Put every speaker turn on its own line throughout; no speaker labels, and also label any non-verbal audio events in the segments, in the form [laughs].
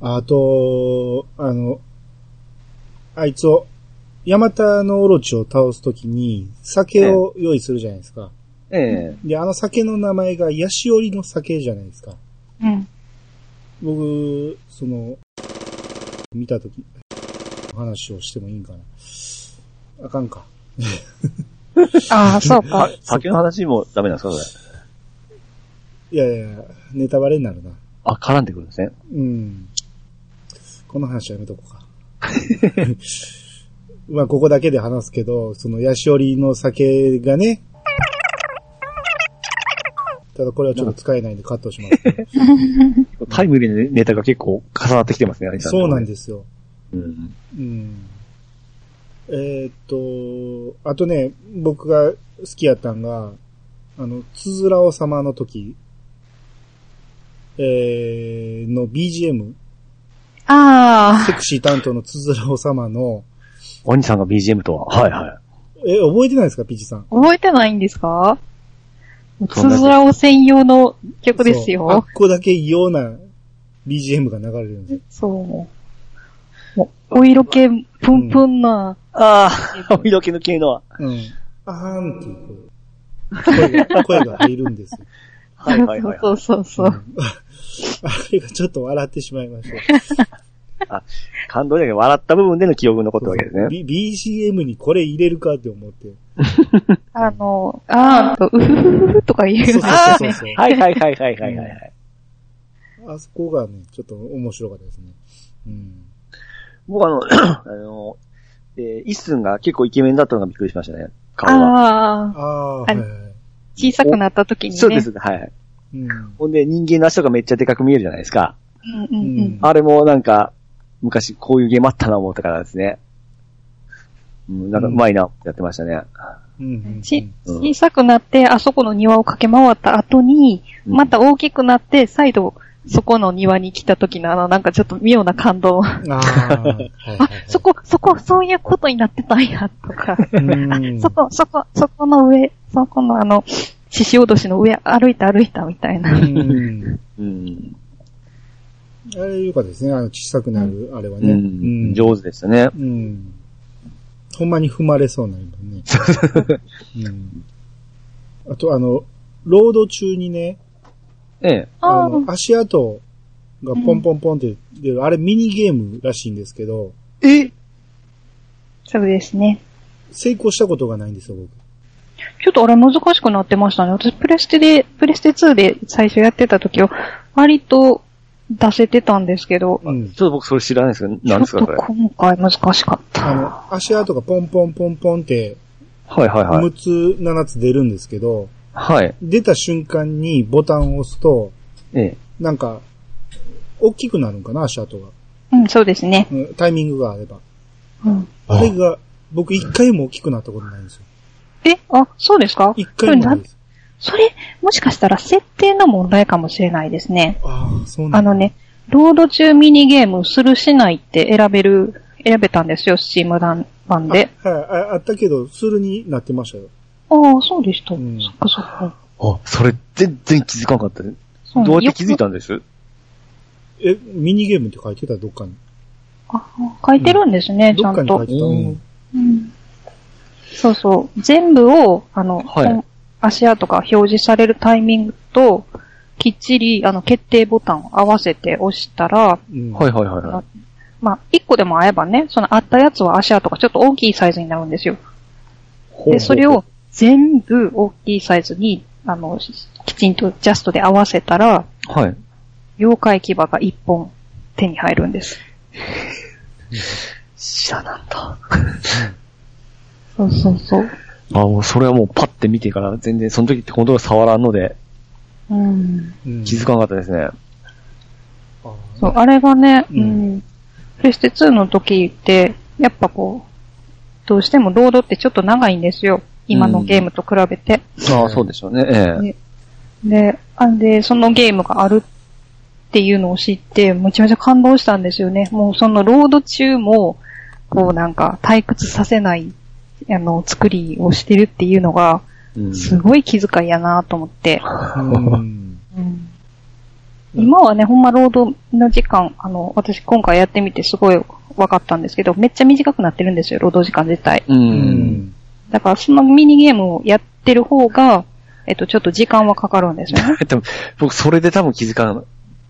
あと、あの、あいつを、ヤマタのオロチを倒すときに、酒を用意するじゃないですか。
ええ。
で、あの酒の名前がヤシオリの酒じゃないですか。
うん。
僕、その、見たとき、話をしてもいいんかな。あかんか。
ああ、そうか
さ。先の話もダメなんですかそれ。
いやいやいや、ネタバレになるな。
あ、絡んでくるんですね。
うん。この話はやめとこうか。 [laughs] まあ、ここだけで話すけど、その、ヤシオリの酒がね、ただこれはちょっと使えないんでカットしますけど。
タイムリーなネタが結構重なってきてますね、
そうなん
す。
ですよ。
うん。
うん。えーっと、あとね、僕が好きやったんが、あの、つづらお様の時、えー、の BGM、
[laughs] あ
セクシー担当のつづらお様の、
お兄さんが BGM とは。はいはい。
え、覚えてないですか、ピチさん。
あ、覚えてないんですかつ
そんな
づらを専用の曲です
そうあっ
よ。
こだけ異様な BGM が流れるんですよ。
そう。もうお色気ぷんぷんな、
ああ、 [laughs] お色気の系のは。
うん。あーんっていう声。声 [laughs] が、声が入るんですよ。
はいはい [laughs] はい。
[laughs] そうそうそうう。
ん [laughs] あれがちょっと笑ってしまいました。
感動じゃなくて笑った部分での記憶が残ったわけですね。
B- BGM にこれ入れるかって思って。
あの、あーと、うふふふとか言
[laughs] そううそう
あ
そうそう。
はいはいはいはいはいはいはい。
あそこがね、ちょっと面白かったですね。うん。
僕あの、 [coughs] あの、えー、一寸が結構イケメンだったのがびっくりしましたね。顔は。
あー、
ああー、は
あ
い
れ
はいはい。
小さくなった時にね。
そうです。はいはい。
うん。
ほんで人間の足とかめっちゃでかく見えるじゃないですか。
うんうんうん。
あれもなんか、昔こういうゲームあったな思ったからですね。うん、なんかうまいな、やってましたね。
うんうんうん。
ち
うん
小さくなって、あそこの庭を駆け回った後に、
うん
また大きくなって、再度、そこの庭に来た時のあの、なんかちょっと妙な感動。あ、
ああ、はいはいはい。
そこ、そこ、そういうことになってたんや、とか。
うん。
そこ、そこ、そこの上、そこのあの、獅子落としの上、歩いた歩いた、みたいうな。
ん。
うん。
あれよかったですね。あの、小さくなる、あれは
う
ね。
ん。上手でしたね。
うん。ほんまに踏まれそうなるもんね。うん。あと、あの、ロード中にね、
ええ。
あ
あ
の、足跡がポンポンポンって出る、あれミニゲームらしいんですけど、
え
そうですね。
成功したことがないんですよ、僕。
ちょっとあれ難しくなってましたね。私、プレステで、プレステ2で最初やってた時は、割と出せてたんですけど、
うん。
ちょっと僕それ知らないですけど、何です
ちょ
か
っ
そ
と
れ。はい
今回難しかっ
あ
た。
の、足跡がポンポンポンポンって、
はいはい。
6つ、7つ出るんですけど、
はい。
出た瞬間にボタンを押すと、
ええ。
なんか、大きくなるんかな、足跡が。
うん、そうですね。
うんタイミングがあれば。
うん、
あれが、僕一回も大きくなったことないんですよ。
え、あ、そうですか
一回もないです。
それ、もしかしたら設定の問題かもしれないですね。
ああ、そうな
あ
んだ
のね、ロード中ミニゲームするしないって選べる、選べたんですよ、スチーム版で。
はい、ああったけど、スルになってましたよ。
ああ、そうでした。
うん
そっかそっか。
あ、それ全然気づかなかったね。
そう
どうやって気づいたんです
え、ミニゲームって書いてたどっかに。
あ書いてるんですね、ち
ど
ゃ
っか
ん
に書
と
い。てた。
うん
うん
うんそうそう。全部を、あの、
はい
本足跡が表示されるタイミングと、きっちり、あの、決定ボタンを合わせて押したら、
うん
はいはいはいはい。
まあ、一個でも合えばね、その合ったやつは足跡がちょっと大きいサイズになるんですよ。
うほう
で、それを全部大きいサイズに、あの、きちんとジャストで合わせたら、
はい。
妖怪牙が一本手に入るんです。
知らなんだ。
そうそうそう。
あ、もうそれはもうパッて見てから全然その時ってコントロール触らんので
うん。
うん
気づかなかったですね。
あ
そ
ー
う、あれがね、
う
うんん。プレステ2の時って、やっぱこう、どうしてもロードってちょっと長いんですよ。今のゲームと比べて。
ああ、そうでしょうね。ええ。
で、あんで、そのゲームがあるっていうのを知って、めちゃめちゃ感動したんですよね。もうそのロード中も、こうなんか退屈させない、あの、作りをしてるっていうのが、
うん
すごい気遣いやなと思って。
うん
うん
うん
今はね、ほんま労働の時間、あの、私今回やってみてすごい分かったんですけど、めっちゃ短くなってるんですよ、労働時間自体。
う。。
うん
だからそのミニゲームをやってる方が、えっと、ちょっと時間はかかるんですよ
[laughs]
ね。
多分僕、それで多分気づかな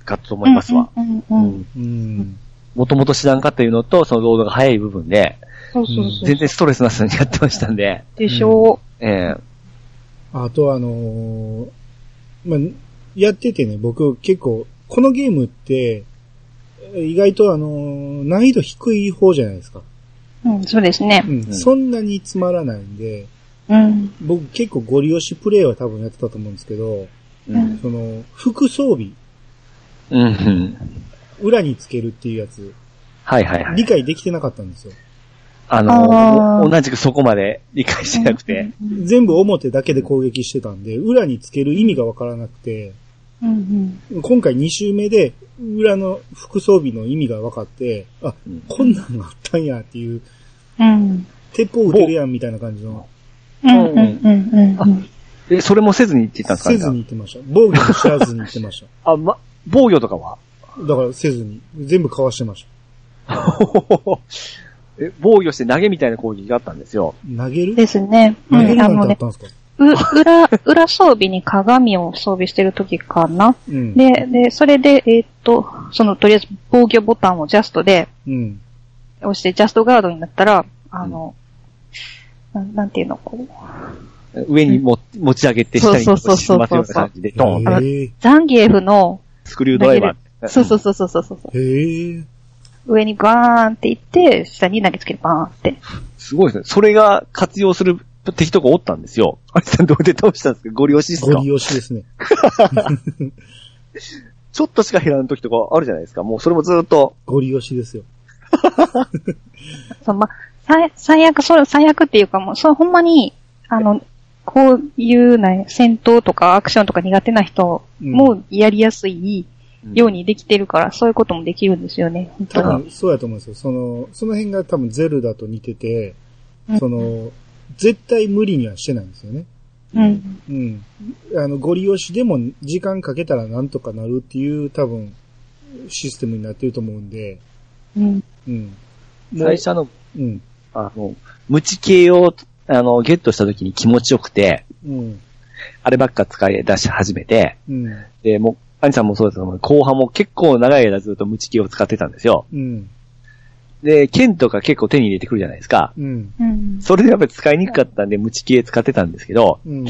かったと思いますわ。
うんうんうんうん。
うん。
もともと知らんかったいうのと、その労働が早い部分で、
そうそうそう。
全然ストレスなしにやってましたんで、
でしょ
ええ
あとあのーまあ、やっててね、僕結構、このゲームって、意外とあのー難易度低い方じゃないですか。
う。うん、そうですね
う。ん。
ん
そんなにつまらないんで、
うん。
僕結構ゴリ押しプレイは多分やってたと思うんですけど、
う
うん
ん。
その、副装備、
うんうん。
裏につけるっていうやつ、
はいはいは
理
い。
解できてなかったんですよ。
あ
あ
の、
ー
同じくそこまで理解してなくて。
うんうん
全部表だけで攻撃してたんで、裏につける意味がわからなくて、
うんうん。
今回2周目で、裏の副装備の意味が分かって、あ、
うん
こんなんがあったんやっていう、
うん。
鉄砲撃てるやんみたいな感じの、
うんうんうんうんうん。
え、それもせずにって言ったんですか
せずに言ってました。防御も知らずに言ってまし
あ、ま、防御とかは [laughs]
た。だからせずに、全部かわしてまし
え防御して投げみたいな攻撃があったんですよ。
た。投げる
ですね。う
投げる
ん、あ
なんて
の
あった
ね、
んですか
う、裏、裏装備に鏡を装備してる時かな。
うん。
で、で、それで、えーっと、その、とりあえず防御ボタンをジャストで
うん。
押して、ジャストガードになったら、あの、なんなんていうの、こう、
上にも持ち上げて下に
そ
落
うそう
とし
そうそう
ますような感じで、ドーン
あの
へえ。
ザンギエフの、
スクリュードライバー。
そうそうそうそうそうそう、
へえ。
上にバーンっていって、下に投げつけてバーンって。
すごいですね。それが活用する敵とかおったんですよ。あれさんどうで倒したんですかゴリ押しです
ゴ
か
リ押しですね。
ちょっとしか減らん時とかあるじゃないですか。もうそれもずっと。
ゴリ押しですよ。
そう、まあ、最最悪、それ最悪っていうかもう、そう、ほんまに、あの、こういうね、戦闘とかアクションとか苦手な人もやりやすいようにできてるから、そういうこともできるんですよね、本
多
当に。
分、そうやと思うんですよ。その、その辺が多分ゼルダと似てて
う、ん
その、絶対無理にはしてないんですよね。
うん。
うん。あの、ゴリ押しでも時間かけたらなんとかなるっていう多分、システムになってると思うんで、
うん。
うん。
最初あの、
うん。
あの、無知系を、あの、ゲットした時に気持ちよくて、
うん。
あればっか使い出し始めて、
うん。
で、もう、兄さんもそうですけども、後半も結構長い間ずっと無知系を使ってたんですよ。
うん。
で、剣とか結構手に入れてくるじゃないですか。
うん。
うん。
それでやっぱり使いにくかったんで、無知系使ってたんですけど、
うん。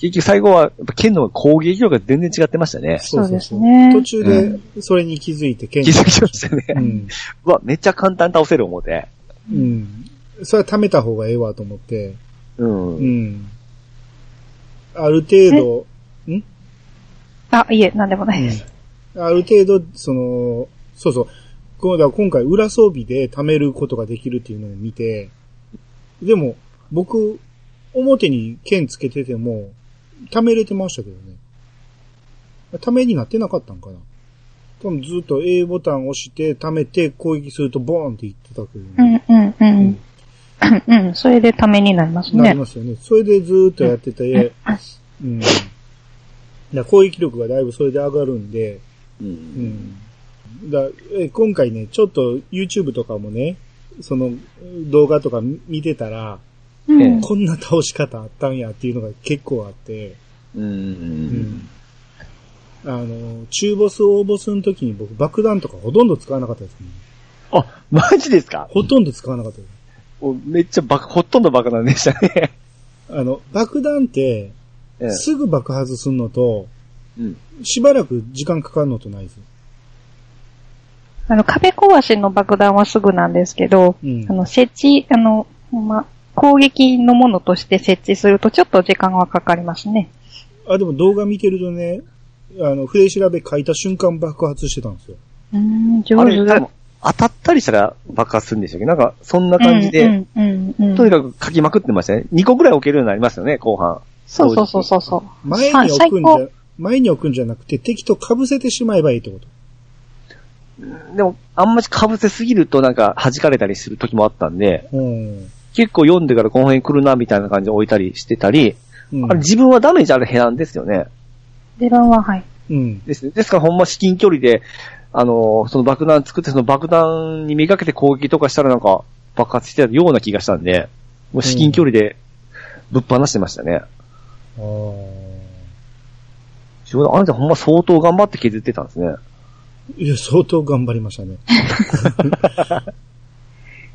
結局最後は、やっぱ剣の攻撃力が全然違ってましたね。
そうですね
途中で、それに気づいて、剣
気づきましたね。
うん。
うわ、めっちゃ簡単に倒せる思って。
うん。それは貯めた方がええわと思って、
うん。
うん。ある程度、
あ、いえ、なんでもないです。
ある程度、その、そうそう。このだから今回裏装備で貯めることができるっていうのを見て、でも、僕、表に剣つけてても、貯めれてましたけどね。貯めになってなかったんかな。多分ずっと A ボタン押して、貯めて攻撃するとボーンっていってたけど、
う
ね
ん、うん、うん。うん、それでためになります
なり
ね。
ますよね。それでずっとやってて、うん。だから攻撃力がだいぶそれで上がるんで、
うん
うんだえ今回ね、ちょっと YouTube とかもね、その動画とか見見てたら、
うん。
こんな倒し方あったんやっていうのが結構あって、
うんうん
あの、中ボス、大ボスの時に僕爆弾とかほとんど使わなかったですね。
あ、マジですか
ほとんど使わなかったです。
おめっちゃバカ、ほとんどバカなんでしたね。
あの、爆弾って、
ええ
すぐ爆発するのと、
うん。
しばらく時間かかるのとないです。
あの、壁壊しの爆弾はすぐなんですけど、
うん
あ。の、設置、あの、ほんま、攻撃のものとして設置するとちょっと時間はかかりますね。
あ、でも動画見てるとね、あの、筆調べ書いた瞬間爆発してたんですよ。
うーん、上
あれ、
手だ。
多分当たったりしたら爆発するんでしたっけなんか、そんな感じで、
うん、うん、うん。
とにかく書きまくってましたね。2個ぐらい置けるようになりますよね、後半。
そうそうそうそうそう。
前に置くんじゃ、前に置くんじゃなくて敵と被せてしまえばいいってこと。
でも、あんまり被せすぎるとなんか弾かれたりする時もあったんで、
うん。
結構読んでからこの辺来るな、みたいな感じで置いたりしてたり、
うん
あれ自分はダメージある部屋なんですよね。
出番は、はい。
うん。
ですね。ですからほんま至近距離で、あの、その爆弾作ってその爆弾にめがけて攻撃とかしたらなんか爆発してたような気がしたんで、もう至近距離でぶっ放してましたね。
あー
ちょうどあなたほんま相当頑張って削ってたんですね。
いや、相当頑張りましたね。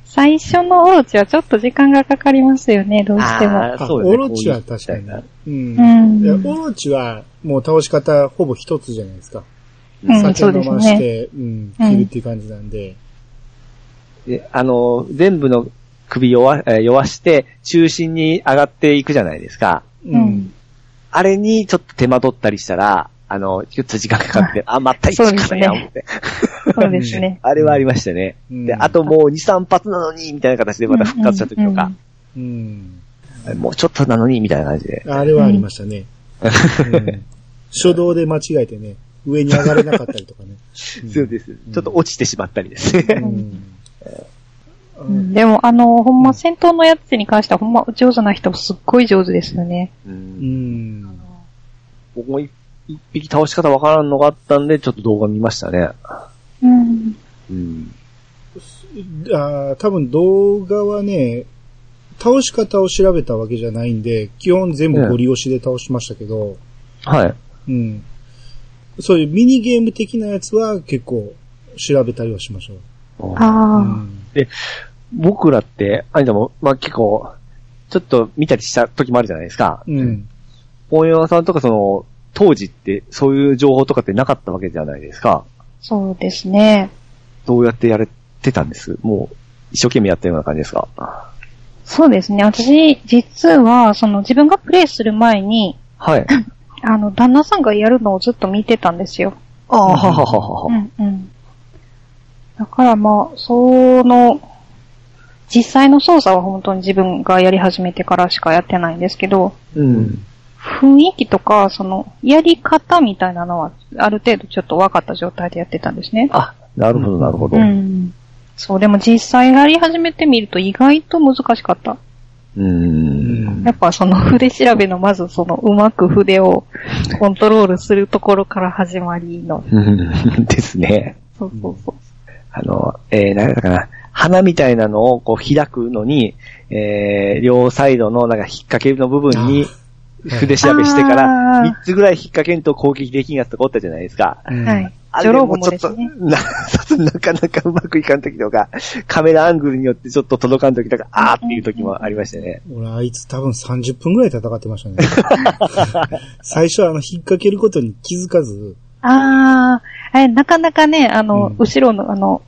最初のオロチはちょっと時間がかかりますよね、どうしても。
ー
あオロチは確かに。うん。
うん
いや、オロチはもう倒し方ほぼ一つじゃないですか。
うんそう
酒
です
飲まし
ね。
て、うん、切るっていう感じなんで。
で、あの、全部の首弱、えー弱して、中心に上がっていくじゃないですか。
う
うんん。
あれにちょっと手間取ったりしたら、あの、ちょっと時間かかって、あ、また一
[laughs] そうで
か
す
ら
ね
や、思って。
そうですね。
あれはありましたね。
うん
で、あともう2、3発なのに、みたいな形で [laughs] また復活した時とか、
うん。
もうちょっとなのに、みたいな感じで。
あれはありましたね。うん初動で間違えてね、上に上がれなかったりとかね。ん
[laughs] そうです。ちょっと落ちてしまったりです
う
ね。
んあ
うんうんでも、あの、ほんま戦闘のやつに関しては、ほんま上手な人すっごい上手ですよね。
う
うんん。
[laughs] 僕も一一匹倒し方わからんのがあったんで、ちょっと動画見ましたね。
うん。
うん。
あー多分動画はね、倒し方を調べたわけじゃないんで、基本全部ゴリ押しで倒しましたけど、
はい。
うん。そういうミニゲーム的なやつは結構調べたりはしましょう。う
あ
ん
僕らって、あいだも、まあ、結構、ちょっと見たりした時もあるじゃないですか。
うん。
大山さんとかその、当時ってそういう情報とかってなかったわけじゃないですか。
あ、そうですね。
どうやってやれてたんですもう、一生懸命やったような感じですか
そうですね。私、実は、その自分がプレイする前に、
はい。
あの、旦那さんがやるのをずっと見てたんですよ。
ああ、はははは
う
は。
んうん。だからまあ、その、実際の操作は本当に自分がやり始めてからしかやってないんですけど、
うん。
雰囲気とか、その、やり方みたいなのは、ある程度ちょっと分かった状態でやってたんですね。
あ、なるほど、なるほど
う。ん。そう、でも実際やり始めてみると意外と難しかった。
うん。
やっぱその筆調べのまずそのうまく筆をコントロールするところから始まりの。
うん [laughs] ですね。
そうそうそう。
あの、えー、何だったかな。花みたいなのをこう開くのに、えー、両サイドのなんか引っ掛けの部分に筆調べしてから、
あー
3つぐらい引っ掛けんと攻撃できんやつとかおったじゃないですか。
うん
はい。
あ
ジョ
れ
ロー
もち
ボも
ょ
で
っと、
すね。
な、 [laughs] なかなかうまくいかんときとか、カメラアングルによってちょっと届かんときとか、あーっていうときもありましたね。
俺、あいつ多分30分ぐらい戦ってましたね。
[laughs]
最初、あの、引っ掛けることに気づかず、
ああ、え、なかなかね、あの、
うん
後ろの、あの、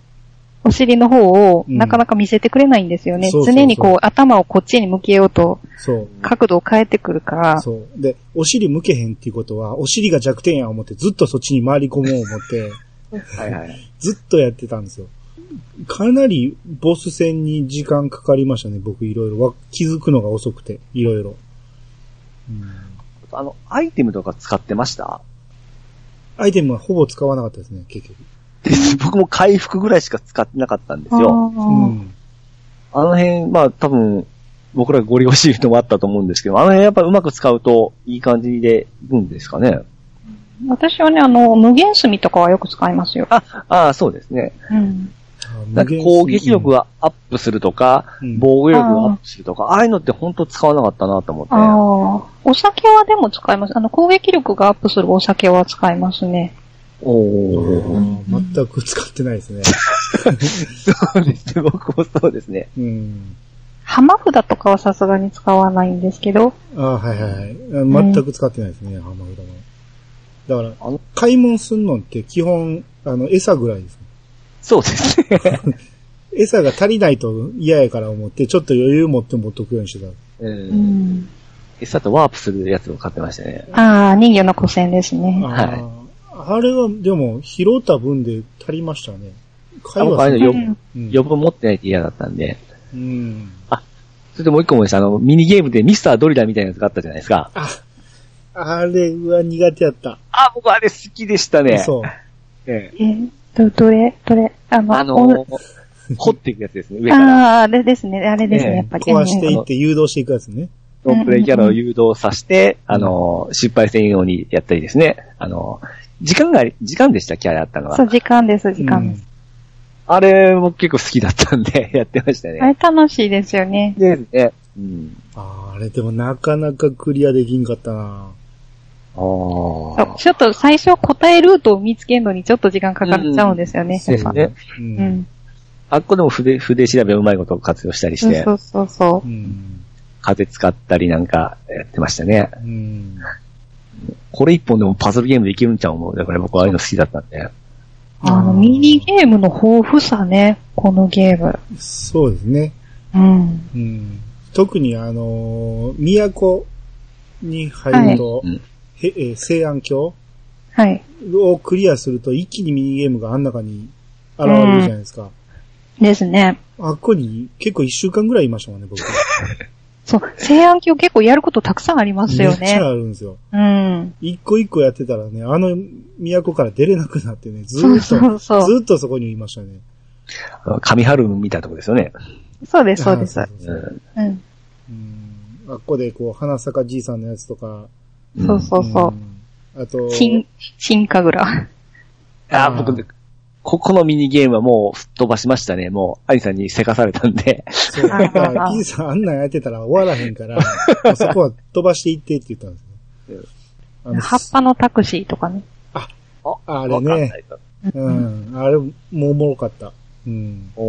お尻の方を、
うん
なかなか見せてくれないんですよね。
そうそうそう
常にこう、頭をこっちに向けようと、
そう、
角度を変えてくるから、
そう。で、お尻向けへんっていうことは、お尻が弱点や思って、ずっとそっちに回り込もう思って、 [laughs]
はいはい。
ずっとやってたんですよ。かなりボス戦に時間かかりましたね、僕いろいろわ。気づくのが遅くて、いろいろ。
あの、アイテムとか使ってました
アイテムはほぼ使わなかったですね、結局。
です。 [laughs] 僕も回復ぐらいしか使ってなかったんです
あ
よ。
う
ー
ん。
あの辺、まあ多分、僕らゴリゴシのもあったと思うんですけど、あの辺やっぱうまく使うといい感じでいくんですかね。
私はね、あの、無限墨とかはよく使いますよ。
あ、ああ、そうですね。
うん。
なんか攻撃力がアップするとか、
うん
防御力がアップするとか、ああいうのって本当使わなかったなと思って。
ああ、お酒はでも使います。あの、攻撃力がアップするお酒は使いますね。
う
おー。
んあー全く使ってないですね。
そうですね。僕もそうですね。
うん。
浜札とかはさすがに使わないんですけど、
ああ、はいはいはい。あ全く使ってないですね、浜札も。だから、
あの
買い物すんのって基本、あの、餌ぐらいですね。
そうですね。
餌が足りないと嫌やから思って、ちょっと余裕持って持っとくようにしてた。
うん。さとワープするやつを買ってましたね。
ああ、人魚の古戦ですね。
あーあれは、でも、拾った分で足りましたね。買い
僕あ
は
あ
せ
い
ん
う
よ
の
う
余
ん
うん
余分持ってないと嫌だったんで。
うん。
それともう一個もですねあの、ミニゲームでミスタードリラーみたいなやつがあったじゃないですか。
あ、あれは苦手やった。
あ、僕あれ好きでしたね。
そう。
ええ
えーど、どれどれあの、
あのー、
お
掘っていくやつですね、上から。
あー、あれですね、あれです
ええ
ね、やっぱり。
壊して
うん
いって誘導していくやつね。
ロープレイキャラを誘導させて、あの、失敗せんようにやったりですね。あの、時間があり、時間でした、キャラやったの
そう、
は。
時間です、時間
う
で
ん
す。
あれも結構好きだったんで、 [laughs] やってました
あ
ね。
れ楽しいですよね。
で、ね。うん。
あーあれでもなかなかクリアできんかったな
あ
そうちょっと最初答えルートを見つけるのにちょっと時間かかっちゃうんですよね。
そうですね。
う。
うんん。
あっこでも筆、筆調べうまいこと活用したり
そ
し
う
て、
そうそうそうう。
ん。
風使ったりなんかやってましたね。
うん。
これ一本でもパズルゲームできるんちゃう思う。だから僕はああいうの好きだったんで。
あの、ミニゲームの豊富さね、このゲーム。
そうですね。
うん。
うん。特にあのー都に入ると、
はいうん
へえー西安京
はい。
をクリアすると一気にミニゲームがあん中に現れるじゃないですか。
ですね。
あっこに結構一週間ぐらいいましたもんね、僕。
[laughs] そう、西安鏡結構やることたくさんありますよ
めっちゃ
ね。
あるんですよ。
うん。
一個一個やってたらね、あの都から出れなくなってね、ず
そ
ー
う
っと、
そうそう。
ずーっとそこにいましたね。
あの神春みたいなとこですよね。
そうです、そうです
あ。ーそううそうん
うん。
うんあっこでこう、花坂じいさんのやつとか、。
そうそうそう
んあと、
う。新、新神楽。
あ
あー
ー、僕、ここのミニゲームはもう吹っ飛ばしましたね。もう、アニさんにせかされたんで。
そう。だから、じいさんあんなんやってたら終わらへんから、もうそこは飛ばしていってって言ったんですね。あの
葉っぱのタクシーとかね。
あれね
わかんないと。
うん。あれ、もうおもろかった。うん。
お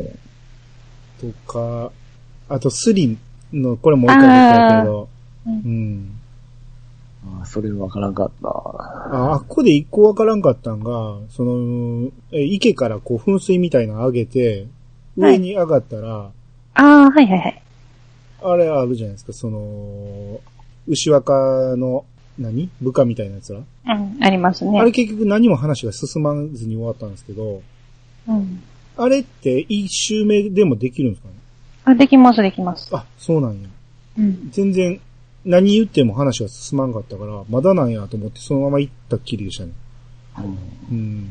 ー。
とか、あと、スリの、これもう一回出たけど、
あーうん
うん。
あーそれわからんかった。
あ、あっこで一個わからんかったんが、その、え池からこう噴水みたいなの上げて、上に上がったら、
ああ、はいはいはい。
あれあるじゃないですか、その、牛若の、何部下みたいなやつら、
うん、ありますね。
あれ結局何も話が進まずに終わったんですけど、
うん。
あれって一周目でもできるんですかね
あ、できます、できます。
あ、そうなんや。
うん。
全然、何言っても話が進まんかったから、まだなんやと思ってそのまま行ったっきりでしたね。うん。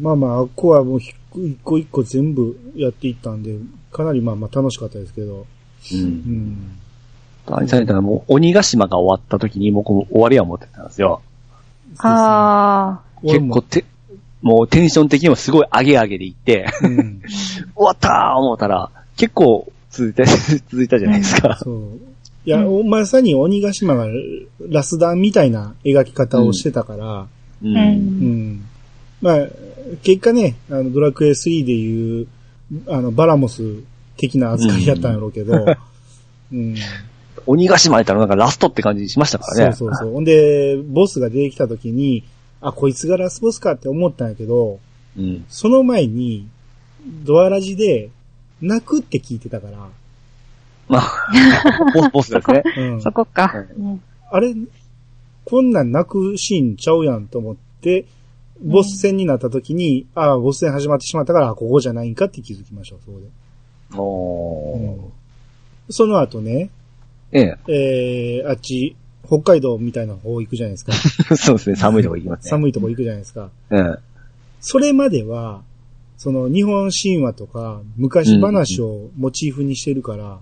まあまあ、あっこはもうひ一個一個全部やっていったんで、かなりまあまあ楽しかったですけど、
う。
うんん。
アニさんに言ったらもう、鬼ヶ島が終わった時に僕も終わりは思ってたんですよ。
あ
俺
結
も
構て、もうテンション的にもすごい上げ上げでいって、 [laughs]
うん、
終わったー思ったら、結構続いた、 [laughs] 続いたじゃないですか。
そう。いや、おまさに鬼ヶ島がラスダンみたいな描き方をしてたから、
う
あ、うん
うん。
ん。
まあ、結果ね、あの、ドラクエ3でいう、あの、バラモス的な扱いやったんやろうけど、うん。
鬼ヶ島やったらなんかラストって感じしましたから
そう
ね。
そうそう。ほんで、ボスが出てきた時に、あ、こいつがラスボスかって思ったんやけど、
うん。
その前に、ドアラジで、泣くって聞いてたから、
まあ、 [laughs] ボス、ボスですね。
うん
そこか。うん。
あれ、こんなん泣くシーンちゃうやんと思って、ボス戦になった時に、ああ、ボス戦始まってしまったから、あここじゃないんかって気づきました、そこで。
おー。
その後ね、
え
え
え。
ー、あっち、北海道みたいな方行くじゃないですか。
そうですね、 [laughs] 寒いとこ行きますね。
寒いとこ行くじゃないですか。
うん。
それまでは、その日本神話とか昔話をモチーフにしてるから、
うん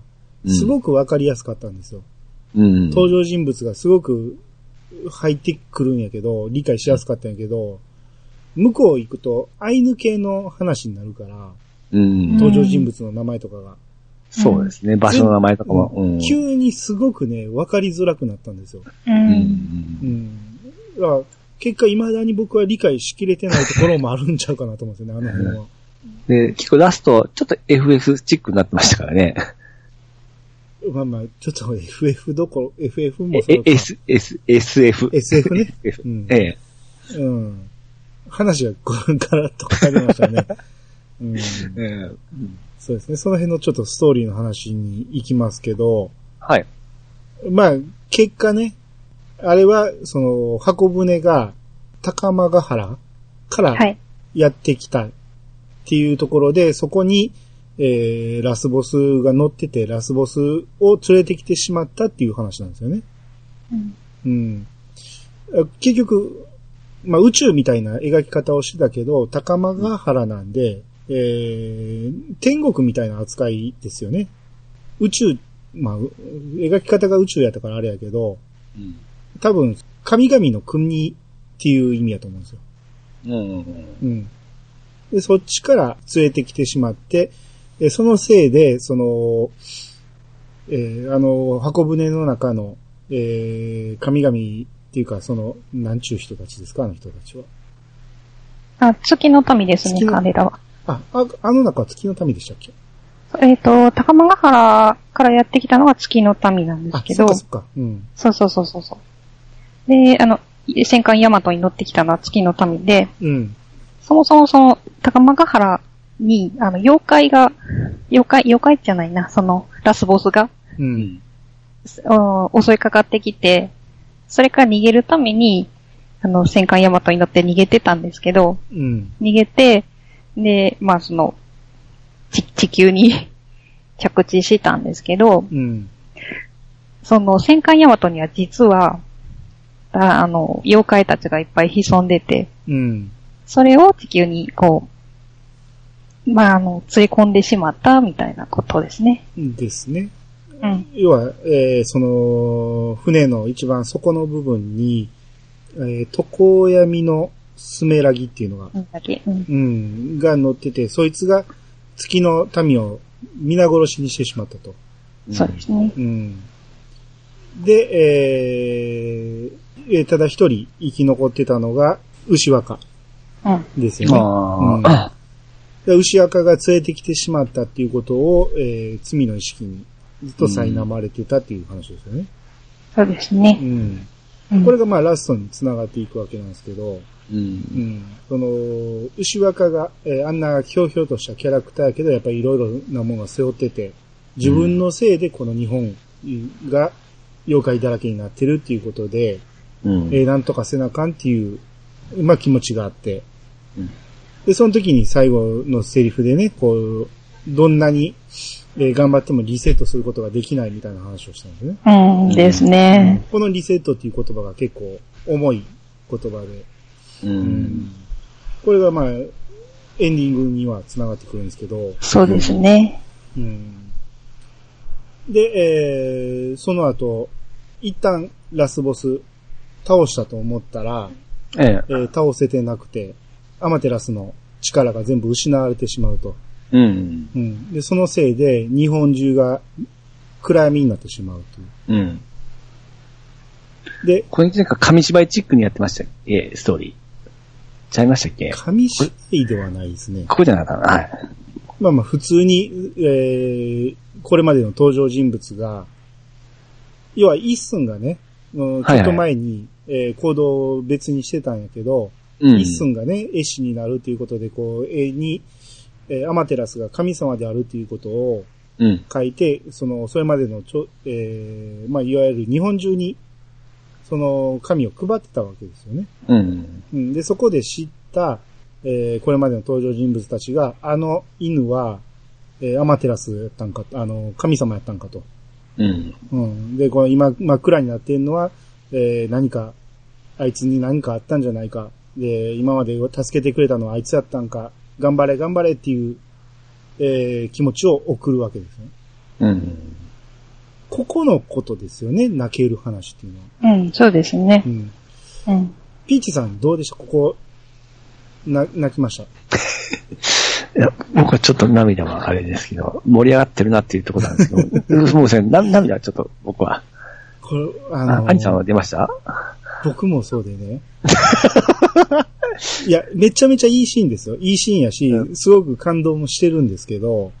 すごくわかりやすかったんですよ。
うん。
登場人物がすごく入ってくるんやけど、理解しやすかったんやけど、向こう行くと、アイヌ系の話になるから、
うん。
登場人物の名前とかが、
そうですね、場所の名前とかも。うん。
急にすごくね、わかりづらくなったんですよ。
う。
うん。
うんん。だから、結果未だに僕は理解しきれてないところもあるんちゃうかなと思うんですよね、あの辺は。
で、結構ラスト、ちょっと FF チックになってましたからね。
まあまあ、ちょっと FF どころ、FF も
え
そう、か。
S、S、SF。
SF ね。
SF
うん
ええ。
うん。話がこうガラッと変わりました
[laughs]
ね。うん。
うん
そうですね。その辺のちょっとストーリーの話に行きますけど、
はい。
まあ、結果ね、あれは、その、箱舟が高間ヶ原か
は
ら
い。
やってきたっていうところで、そこに、えー、ラスボスが乗ってて、ラスボスを連れてきてしまったっていう話なんですよね。う
うん
ん。あ結局、まあ、宇宙みたいな描き方をしてたけど、高間ヶ原なんで、えー、天国みたいな扱いですよね。宇宙まあ、う描き方が宇宙やったからあれやけど、
うん。
多分、神々の国っていう意味やと思うんですよ。
うんうん
うん。で、そっちから連れてきてしまって、えそのせいで、その、えーあの、箱舟の中の、えー神々っていうか、その、なんちゅう人たちですか、あの人たちは。
あ、月の民ですね、
月の
彼らは。
あ、ああの中は月の民でしたっけ
えっ、と、高間ヶ原からやってきたのが月の民なんです
あ、
け
そっ
ど、
かそっか。うん。
そうそうそうそうそう。で、あの、戦艦ヤマトに乗ってきたのは月の民で、
うん。
そもそもその、高間ヶ原に、あの、妖怪が、妖怪、妖怪じゃないな、その、ラスボスが、
う。
うんん。
うん襲いかかってきて、それから逃げるために、あの、戦艦ヤマトに乗って逃げてたんですけど、
うん。
逃げて、で、まあその、ち地球に [laughs] 着地したんですけど、
うん。
その戦艦ヤマトには実は、ああの、妖怪たちがいっぱい潜んでて、
うん。
それを地球にこう、まああの、連れ込んでしまったみたいなことですね。
ですね。
うん。
要は、えーその、船の一番底の部分に、えー、床闇のスメラギっていうのが、
なんだっけ。うん。
うん、が乗ってて、そいつが月の民を皆殺しにしてしまったと。
そうですね。
うん。で、えーえーただ一人生き残ってたのが、牛若
うん。
です
あ
よね。
あ。
で牛若が連れてきてしまったっていうことを、えー罪の意識にずっと苛まれてたっていう話ですよね。
そうですね。
うん
うん
これがまあラストに繋がっていくわけなんですけど、
う。
うんん。その、牛若が、えーあんなひょうひょうとしたキャラクターやけど、やっぱりいろいろなものを背負ってて、自分のせいでこの日本が妖怪だらけになってるっていうことで、
うん
えーなんとかせなあかんっていう、まあ気持ちがあって
うん。
で、その時に最後のセリフでね、こう、どんなに、えー頑張ってもリセットすることができないみたいな話をしたんですね。
うんですね。
このリセットっていう言葉が結構重い言葉で、
うん。
これがまあ、エンディングには繋がってくるんですけど、
そうですね。
うんで、えー、その後、一旦ラスボス倒したと思ったら、
え
えー倒せてなくて、アマテラスの力が全部失われてしまうと。
え。うん。
うん、でそのせいで日本中が暗闇になってしまうとい
うん。
う。で、
これなんか紙芝居チックにやってましたっけストーリー。ちゃいましたっけ
紙芝居ではないですね。
ここじゃなかったな。はい。
まあまあ普通に、えー、これまでの登場人物が、要は一寸がね、うんち
はい
ょ
はい
っと前に、えー行動を別にしてたんやけど、
うん。
一寸がね、絵師になるということで、こう、絵に、えーアマテラスが神様であるということを
うん。
書いて、その、それまでのちょ、えーまあいわゆる日本中に、その、神を配ってたわけですよね。
うん。
うん、で、そこで知った、えーこれまでの登場人物たちが、あの犬は、えーアマテラスやったんか、あの、神様やったんかと。
うん。
うん。で、この今、真っ暗になってるのは、えー何か、あいつに何かあったんじゃないか。で、今まで助けてくれたのはあいつやったんか。頑張れ、頑張れっていう、えー気持ちを送るわけですね。
うん。
ここのことですよね、泣ける話っていうのは。
うん、そうですね
う。ん。
うん。
ピーチさんどうでしたここ、な、泣きました。
いや、僕はちょっと涙はあれですけど、盛り上がってるなっていうところなんですけど、もう [laughs] ですね、な涙はちょっと僕は。
これ、あ
あ
の、、
アニさんは出ました
僕もそうでね。 [laughs] いや、めちゃめちゃいいシーンですよ。いいシーンやし、
う
すごく感動もしてるんですけど、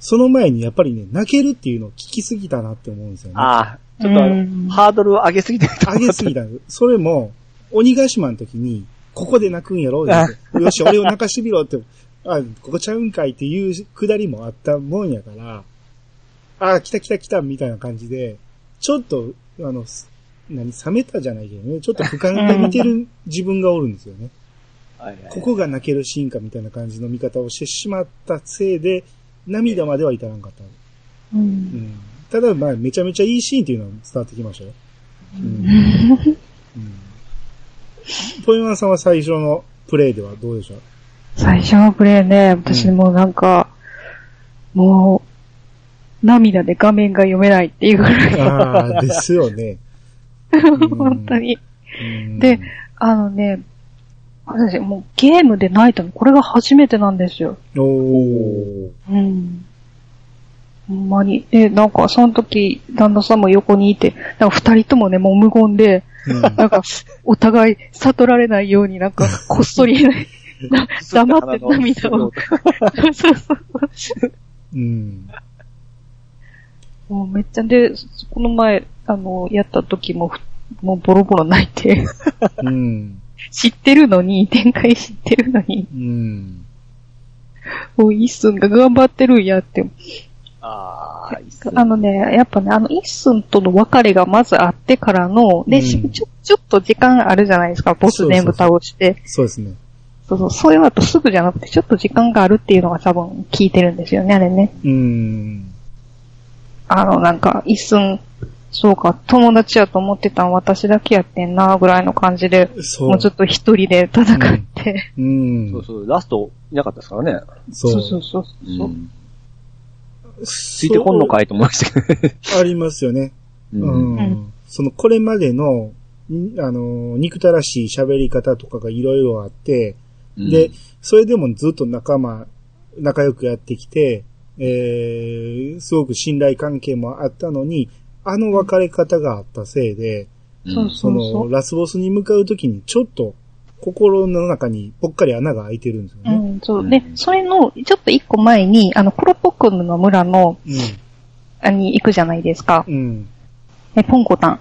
その前にやっぱりね、泣けるっていうのを聞きすぎたなって思うんですよね。
ああ、ちょっとあの
うん
ハードルを上げすぎてると
上げすぎた。 [laughs] それも、鬼ヶ島の時に、ここで泣くんやろ言うてよし、俺を泣かしてみろって、あ、ここちゃうんかいっていうくだりもあったもんやから、あ、来た来た来たみたいな感じで、ちょっと、あの、す何、冷めたじゃないけどね、ちょっと俯瞰で見てる自分がおるんですよね。
はいはい
ここが泣けるシーンかみたいな感じの見方をしてしまったせいで、涙までは至らんかった。
う。
うんん。ただ、まあ、めちゃめちゃいいシーンっていうのは伝わってきましたよ。うん。うんポイマンさんは最初のプレイではどうでした
最初のプレイね、私もうなんか、も涙で画面が読めないっていうぐらい。
ああ、ですよね。
[laughs] 本当に。
うん
で、あのね、私、もうゲームで泣いたの、これが初めてなんですよ。
おお。
うん。ほんまに。で、なんか、その時、旦那さんも横にいて、なんか二人ともね、もう無言で、
うん
なんか、お互い悟られないように、なんか、こっそり、 [laughs] な黙って涙を。そうそうそう。
うん。
もうめっちゃ、で、この前、あの、やった時も、ふもうボロボロ泣いて、 [laughs]
うん。
知ってるのに、展開知ってるのに、
うん。
もう一寸が頑張ってるんやって。
ああ、いいっす
あのね、やっぱね、あの一寸との別れがまずあってからの、で、し
うん
ちょ、ちょっと時間あるじゃないですか、ボス全部倒して。
そうですね。
そうそう、そういうのとすぐじゃなくて、ちょっと時間があるっていうのが多分効いてるんですよね、あれね。
うん。
あの、なんか、一寸、そうか、友達やと思ってたん私だけやってんな、ぐらいの感じで、
そう。
もうちょっと一人で戦って、
うん。
そうそう、ラストいなかったですからね。
そう。
そうそうそうそう。
ついてこんのかいと思いましたけどね。
そうありますよね。
うん
う。
うん
その、これまでの、んあの、憎たらしい喋り方とかがいろいろあって、で、、それでもずっと仲間、仲良くやってきて、えー、すごく信頼関係もあったのに、あの別れ方があったせいで、
うん
そう
その、
そう
ラスボスに向かうときにちょっと心の中にぽっかり穴が開いてるんです
う
よね。
ん、そうう。
ん
で、それの、ちょっと一個前に、あの、コロポくんの村の、あに行くじゃないですか。
うん。うん。
え、ポンコタン。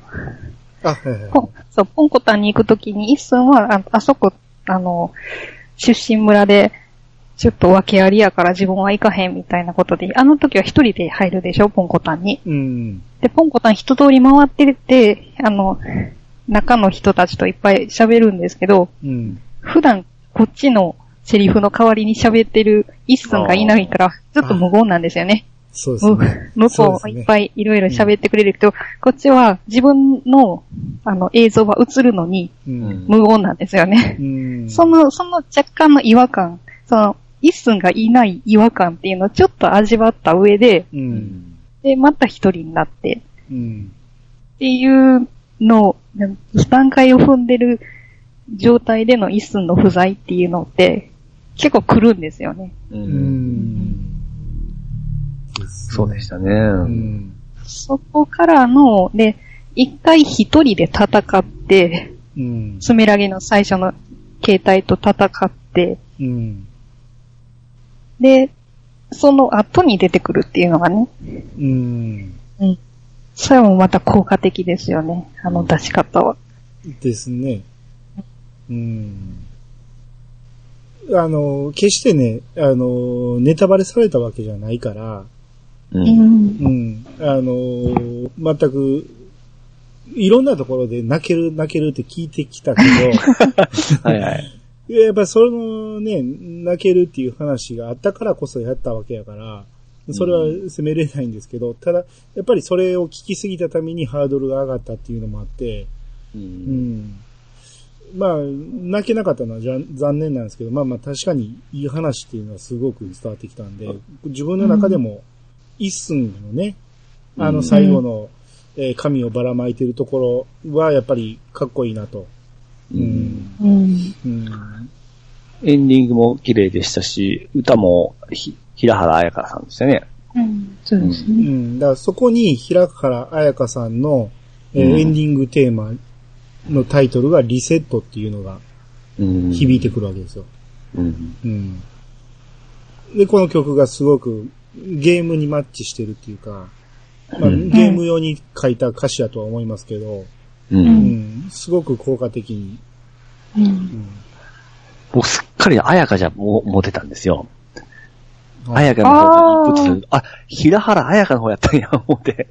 あ、はいはい
ポン、そう、ポンコタンに行くときに、一寸は、ああそこ、あの、出身村で、ちょっと訳ありやから自分は行かへんみたいなことで、あの時は一人で入るでしょ、ポンコタンに。
うん。
で、ポンコタン一通り回ってて、あの、中の人たちといっぱい喋るんですけど、
うん。
普段こっちのセリフの代わりに喋ってる一寸がいないから、ちょっと無言なんですよね。
そうです
向
ね。
向
そう
こ
です
う
ね
いっぱいいろいろ喋ってくれるけど、こっちは自分のあの映像が映るのに
う。
うんん
無言なんですよね。
うん。
その、その若干の違和感、その、一寸がいない違和感っていうのをちょっと味わった上で、
う。
うんん
で、また一人になって、
うん。
っていうのを、なん段階を踏んでる状態での一寸の不在っていうのって、結構来るんですよね。
う
うんん。。
そうでしたたね。
うん。
そこからの、で、一回一人で戦って、
うん。
スメラギの最初の形態と戦って、
うん。
で、その後に出てくるっていうのがね、
うん。
それもまた効果的ですよね。あの出し方は。
ですね。うん。あの、決してね、あの、ネタバレされたわけじゃないから、
う
うんん。
うん。あの、全く、いろんなところで泣ける泣けるって聞いてきたけ
はいはい。
ど、いややっぱそのね、泣けるっていう話があったからこそやったわけやから、それは責めれないんですけど、ただ、やっぱりそれを聞きすぎたためにハードルが上がったっていうのもあって、
う
うんんまあ、泣けなかったのはじゃ残念なんですけど、まあまあ確かにいい話っていうのはすごく伝わってきたんで、自分の中でも一寸のね、あの最後の、えー神をばらまいてるところはやっぱりかっこいいなと。
う
うんん
うん。
うん
エンディングも綺麗でしたし、歌もひ平原綾香さんでしたね。
うん。そうです
う
ね。
ん、だからそこに平原綾香さんの、えー
うん
エンディングテーマのタイトルがリセットっていうのが響いてくるわけですよ。
うん。
うん。で、この曲がすごくゲームにマッチしてるっていうか、まあ、
うん
ゲーム用に書いた歌詞だとは思いますけど、
う。
うんん、すごく効果的に。
うん。
うん、
僕すっかり綾香じゃもモテたんですよ。
はい
綾香の方に映ってたあ、平原綾香の方やったんや、思って。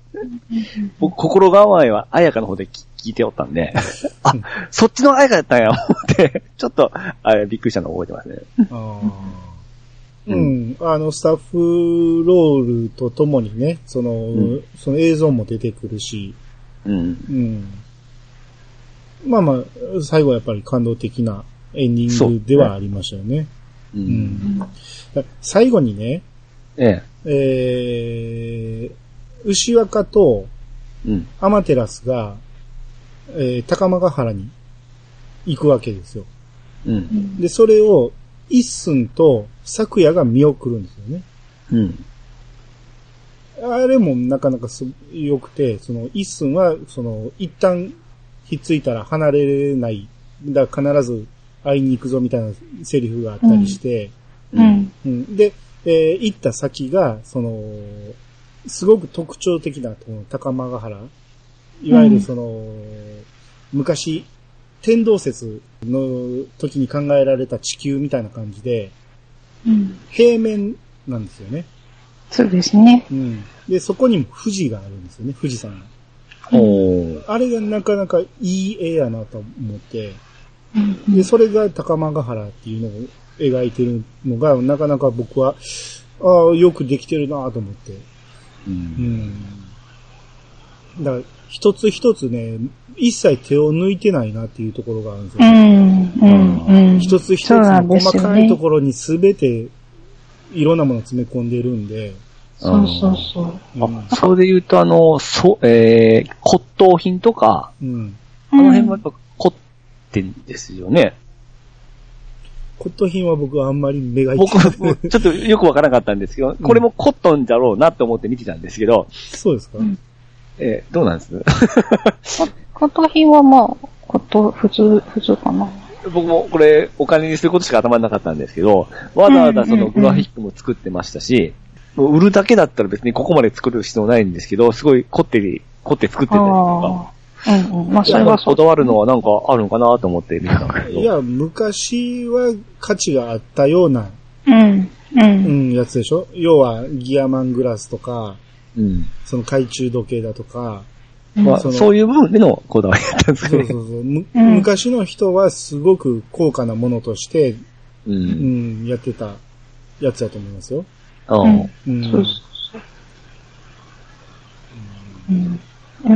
僕、心構えは綾香の方で聞聞いておったん
[laughs]
で、あ
うん、
そっちの綾香やったんや、思って、ちょっと、あびっくりしたのを覚えてますね。
あーうん、あの、スタッフロールとともにね、その、
う
その映像も出てくるし、
うん。
うん。まあまあ、最後はやっぱり感動的なエンディン
そう
グではありましたよね。
う。
うんん。だ最後にね、
ええ。
えー、牛若と
うん。
アマテラスが、えー、高間ヶ原に行くわけですよ。
うん。
で、それを一寸と昨夜が見送るんですよね。
うん。
あれもなかなかす良くて、その一寸は、その一旦ひっついたら離れれない。だから必ず会いに行くぞみたいなセリフがあったりして、
うん。うん。
うんで、えー行った先が、その、すごく特徴的なところ、高間ヶ原。いわゆるその、昔、天動説の時に考えられた地球みたいな感じで、
うん。
平面なんですよね。
そうですね。
うん。で、そこにも富士があるんですよね、富士山が。
おー。
あれがなかなかいい絵やなと思って、
うん。
で、それが高間ヶ原っていうのを描いてるのが、なかなか僕は、ああ、よくできてるなと思って。う
う。
んん。だから、一つ一つね、一切手を抜いてないなっていうところがあるんです
う
よ。
ん。うん。うん。
一つ一つ
そうな
の
んです
細
よね
かいところに全て、いろんなものを詰め込んでるんで、
そうそうそう。
うん。
あ、それで言うと、あの、そう、えー、骨董品とか、
うん。
あの辺もやっぱ凝ってんですよね。
骨董品は僕はあんまり目がい
僕
てない。
もちょっとよくわからなかったんですけど、これもコットンだろうなと思って見てたんですけど、
[laughs] そうですか、
うん
えーどうなんです
骨董品はまあ、こと、普通、普通かな。
[laughs] 僕もこれお金にすることしか頭になかったんですけど、わざわざそのグラフィックも作ってましたし、もう売るだけだったら別にここまで作る必要ないんですけど、すごい凝って、凝って作ってたりとか
ああ。うんうん。まあ、それはそう
こ。だわるのはなんかあるのかなと思って見てたんですけど。
いや、昔は価値があったような、
うん。う。
うんん、やつでしょ要は、ギアマングラスとか、
うん。
その懐中時計だとか、
まあ、
そ
そ
の
ういう部分でのこだわりだったんです
そ
け
う
ど
そ
ね。
うそう。む
[laughs] うん
昔の人はすごく高価なものとして、
う。
うんん、やってたやつだと思いますよ。
うん。
うん。
そうそうそう。うん。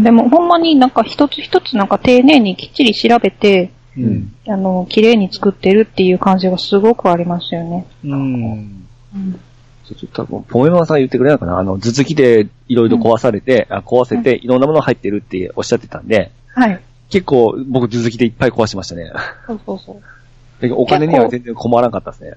でも、ほんまになんか一つ一つなんか丁寧にきっちり調べて、
うん。
あの、綺麗に作ってるっていう感じがすごくありますよね。
うん。
うん。
ちょっと多分、ポメマンさん言ってくれないかな。あの、頭突きでいろいろ壊されて、あ壊せて、いろんなもの入ってるっておっしゃってたんで、
はい。
結構僕頭突きでいっぱい壊しましたね。
そうそうそう。
お金には全然困らなかったですね。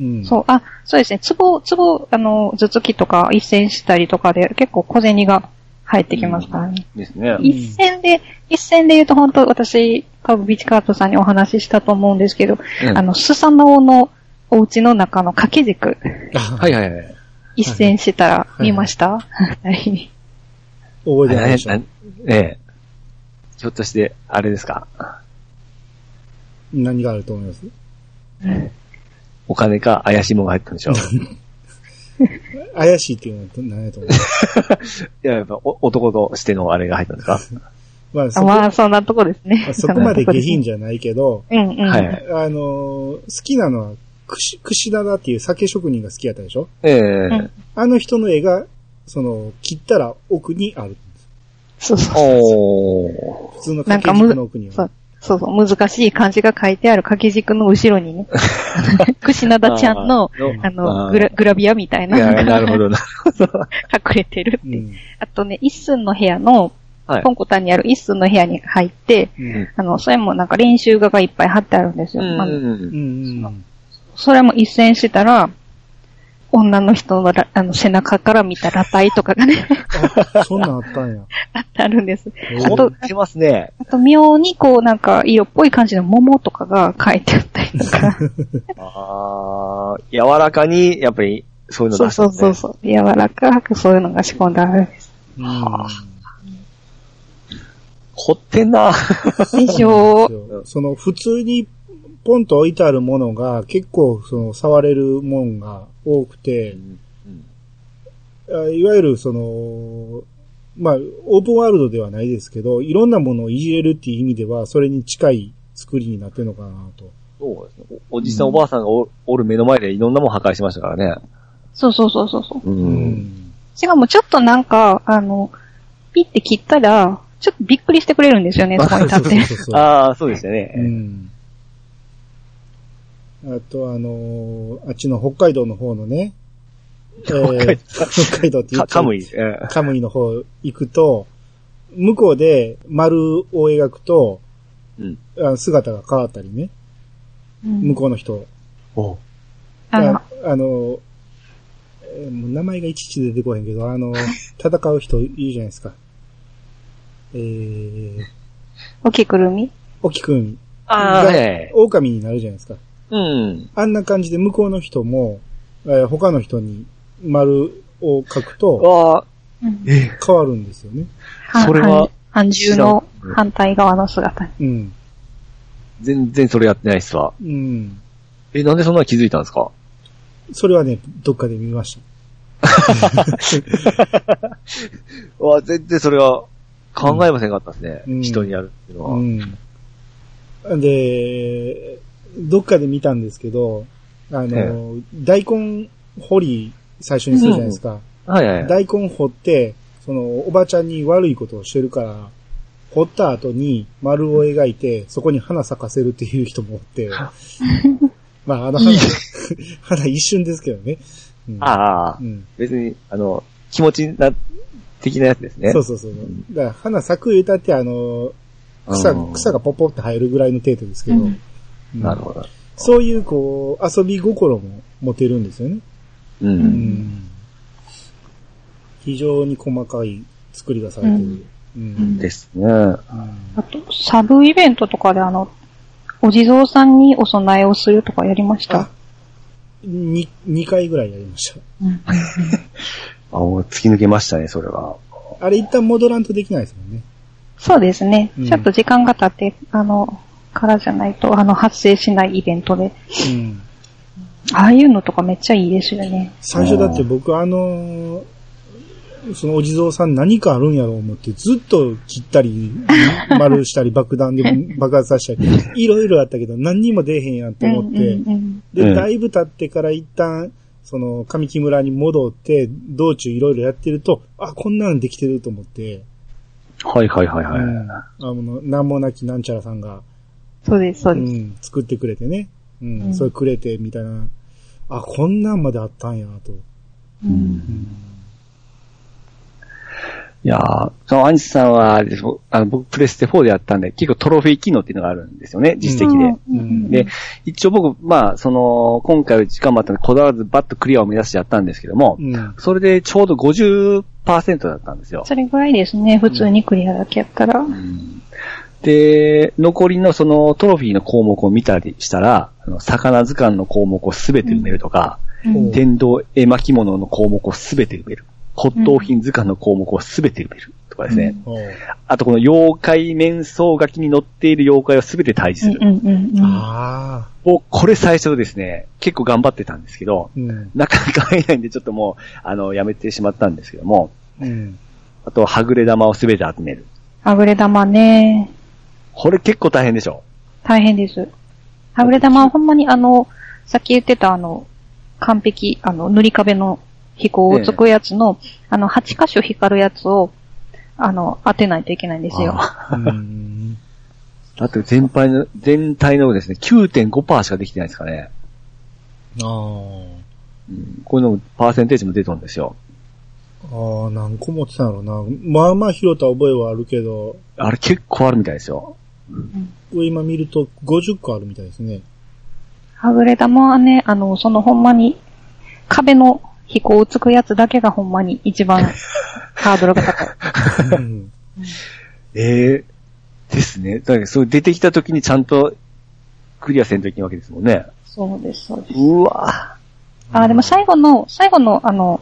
うん。
そう、あ、そうですね。ツボ、ツボ、あの、頭突きとか一戦したりとかで結構小銭が入ってきますからね。
ですね。
一戦で、一戦で言うと本当私、多分ビチカートさんにお話ししたと思うんですけど、
うん
あの、スサノオのお家の中の掛け軸、
はいはいはい。
一戦したら
い
見ました、はい
[laughs] 覚えてないでしょ
あれええ。ひょっとして、あれですか
何があると思います
お金か怪しいものが入ったんでしょう
怪しいっていうのは何やと思います
いや、やっぱお男としてのあれが入ったんですか
まあそ
[laughs] あ
こ
まあ、そんなとこですね。
そこまで下品
じ
じゃないけど、
ゃん。うんうん。
はい
あのー好きなのは、くし、くしだだっていう酒職人が好きやったでしょ
ええ
ん
あの人の絵が、その、切ったら奥にあるんです。
そうそうそう。
おー。
普通の
なん
掛
か
け
む
軸の奥に
そ
は
う。そうそう、難しい漢字が書いてある掛け軸の後ろにね、くしなだちゃんの、あの、グラグラビアみたいな
ラいや、
の
なる
が
ほどな。
隠れてるって
う
いう。
ん。
あとね、一寸の部屋の、
はい。
ポ。ンコタンにある一寸の部屋に入って、
うん。
あの、それもなんか練習画がいっぱい貼ってあるんですよ。あ
う
の
んん。うん
それも一戦したら、女の人のらあの背中から見た裸体とかがね、
あ、そんなんあったんや。
あってあるんです。
あ
凝ってますね。
あと、妙にこうなんか色っぽい感じの桃とかが書いてあったりとか、
ああ、柔らかに、やっぱり、そういうの
そう
出して
そ
ま
う
す
そ
ね
うそう、柔らかくそういうのが仕込んであるんです。
凝ってんな。
以上、
うんその、普通に、ポンと置いてあるものが、結構、その、触れるもんが多くて、あいわゆる、その、まあ、オープンワールドではないですけど、いろんなものをいじれるっていう意味では、それに近い作りになってるのかなと。
そうですね。おおじさんおばあさんがおおる目の前でいろんなもん破壊しましたからね。
そうそうそうそうそう。
う。
うんん。
しかもちょっとなんか、あの、ピッて切ったら、ちょっとびっくりしてくれるんです
[laughs]
よね、そこに立って。
そうそうそう
ああ、そうでした
う
ね。
ん。あと、あのーあっちの北海道の方のね、えー北海道って言
か
っちゃ
カ
う
ムイ。ええ
カムイの方行くと、向こうで丸を描くと、
うん
あ姿が変わったりね、
うん
向こうの人。
お
あの、
ああの、えーもう名前がいちいち出てこへんけど、
[laughs]
あの、戦う人いるじゃないですか。えー、
大きくるみ
沖くん、
ああ、
が
はい。
狼になるじゃないですか。
うん。
あんな感じで向こうの人も、えー他の人に丸を書くと
あ
うん
え、
変わるんですよね。
は
それは
半獣の反対側の姿に。
うん。
全然それやってないっすわ。
うん。
え、なんでそんなの気づいたんですか
それはね、どっかで見ました。
わ全然それは考えませんかったですね。
うん
人にやるっていうのは。
うん。で、どっかで見たんですけど、あの、大根掘り最初にするじゃないですか。
はいはいはい。
大根掘って、その、おばちゃんに悪いことをしてるから、掘った後に丸を描いて、そこに花咲かせるっていう人もお
[laughs]
って、まあ、あの花、 [laughs] 花一瞬ですけどね。うん、
ああ
う、ん。
別に、あの、気持ちな、的なやつですね。
そうそうそう。だから、花咲く言うたって、あの、草、
うん
草がポポって生えるぐらいの程度ですけど。
う
う
ん
ん
なるほど。
そういう、こう、遊び心も持てるんですよね。
う。
うんん。非常に細かい作りがされてる。うん。
ですね。は
うん
あと、サブイベントとかであの、お地蔵さんにお供えをするとかやりました
あ。、に、2回ぐらいやりました。
うん
あ、もう突き抜けましたね、それは。
あれ一旦戻らんとできないですもんね。
そうですね
うん。
ちょっと時間が経って、あの、からじゃないと、あの、発生しないイベントで。
うん。
ああいうのとかめっちゃいいですよね。
最初だって僕あのーそのお地蔵さん何かあるんやろう思って、ずっと切ったり、丸したり、爆弾で爆発させたり、いろいろあったけど、何にも出えへんやんと思って、
うんうん
う
で、
ん
だいぶ経ってから一旦、その、上木村に戻って、道中いろいろやってると、あ、こんなんできてると思って、
はいはいはいは
うんあの、なんもなきなんちゃらさんが、
そうです、そう
う
です。
ん、作ってくれてね、うん、
うん
それくれて、みたいな、あ、こんなんまであったんや、と。
い。うんいやーそのアニスさんはあれです、僕あの僕プレステ4でやったんで、結構トロフィー機能っていうのがあるんですよね、実績で。
うんうん
で、一応僕、まあ、その、今回は時間もあったので、こだわらずバッとクリアを目指してやったんですけども、
うん。うん。
それでちょうど50%だったんですよ。
それぐらいですね、普通にクリアだけやったら。
で、残りのそのトロフィーの項目を見たりしたら、あの魚図鑑の項目をすべて埋めるとか、
うん
天童絵巻物の項目をすべて埋める。骨董品図鑑の項目をすべて埋める。とかですね。
おう
あとこの妖怪面相書きに載っている妖怪をすべて退治する。
うんうんうん
ああ、
もうこれ最初ですね、結構頑張ってたんですけど、
うん。
なかなか会えないんでちょっともう、あの、やめてしまったんですけども、
うん。
あとはぐれ玉をすべて集める。
はぐれ玉ね、
これ結構大変でしょ
大変です。はぐれ玉はほんまにあの、さっき言ってたあの、完璧、あの、塗り壁の飛行をつくやつの、あの、8箇所光るやつを、あの、当てないといけないんですよ。
あ
うん。 [laughs]
ーだって全体の、全体のですね、9.5%しかできてないですかね。
ああ。
うん、こういうのも、パーセンテージも出たんですよ。
ああ、何個持ってたんやろな。まあまあ拾った覚えはあるけど、
あれ結構あるみたいですよ。
今見ると50個あるみたいです
[laughs]
ね。
はぐれ玉はね、あの、そのほんまに、壁の飛行をつくやつだけがほんまに一番ハードルが高い。
うん
ええですね。だから、そう出てきた時にちゃんと、クリアせんといけんわけですもんね。
そうです、そうです。
うわ
あ、でも最後の、最後の、あの、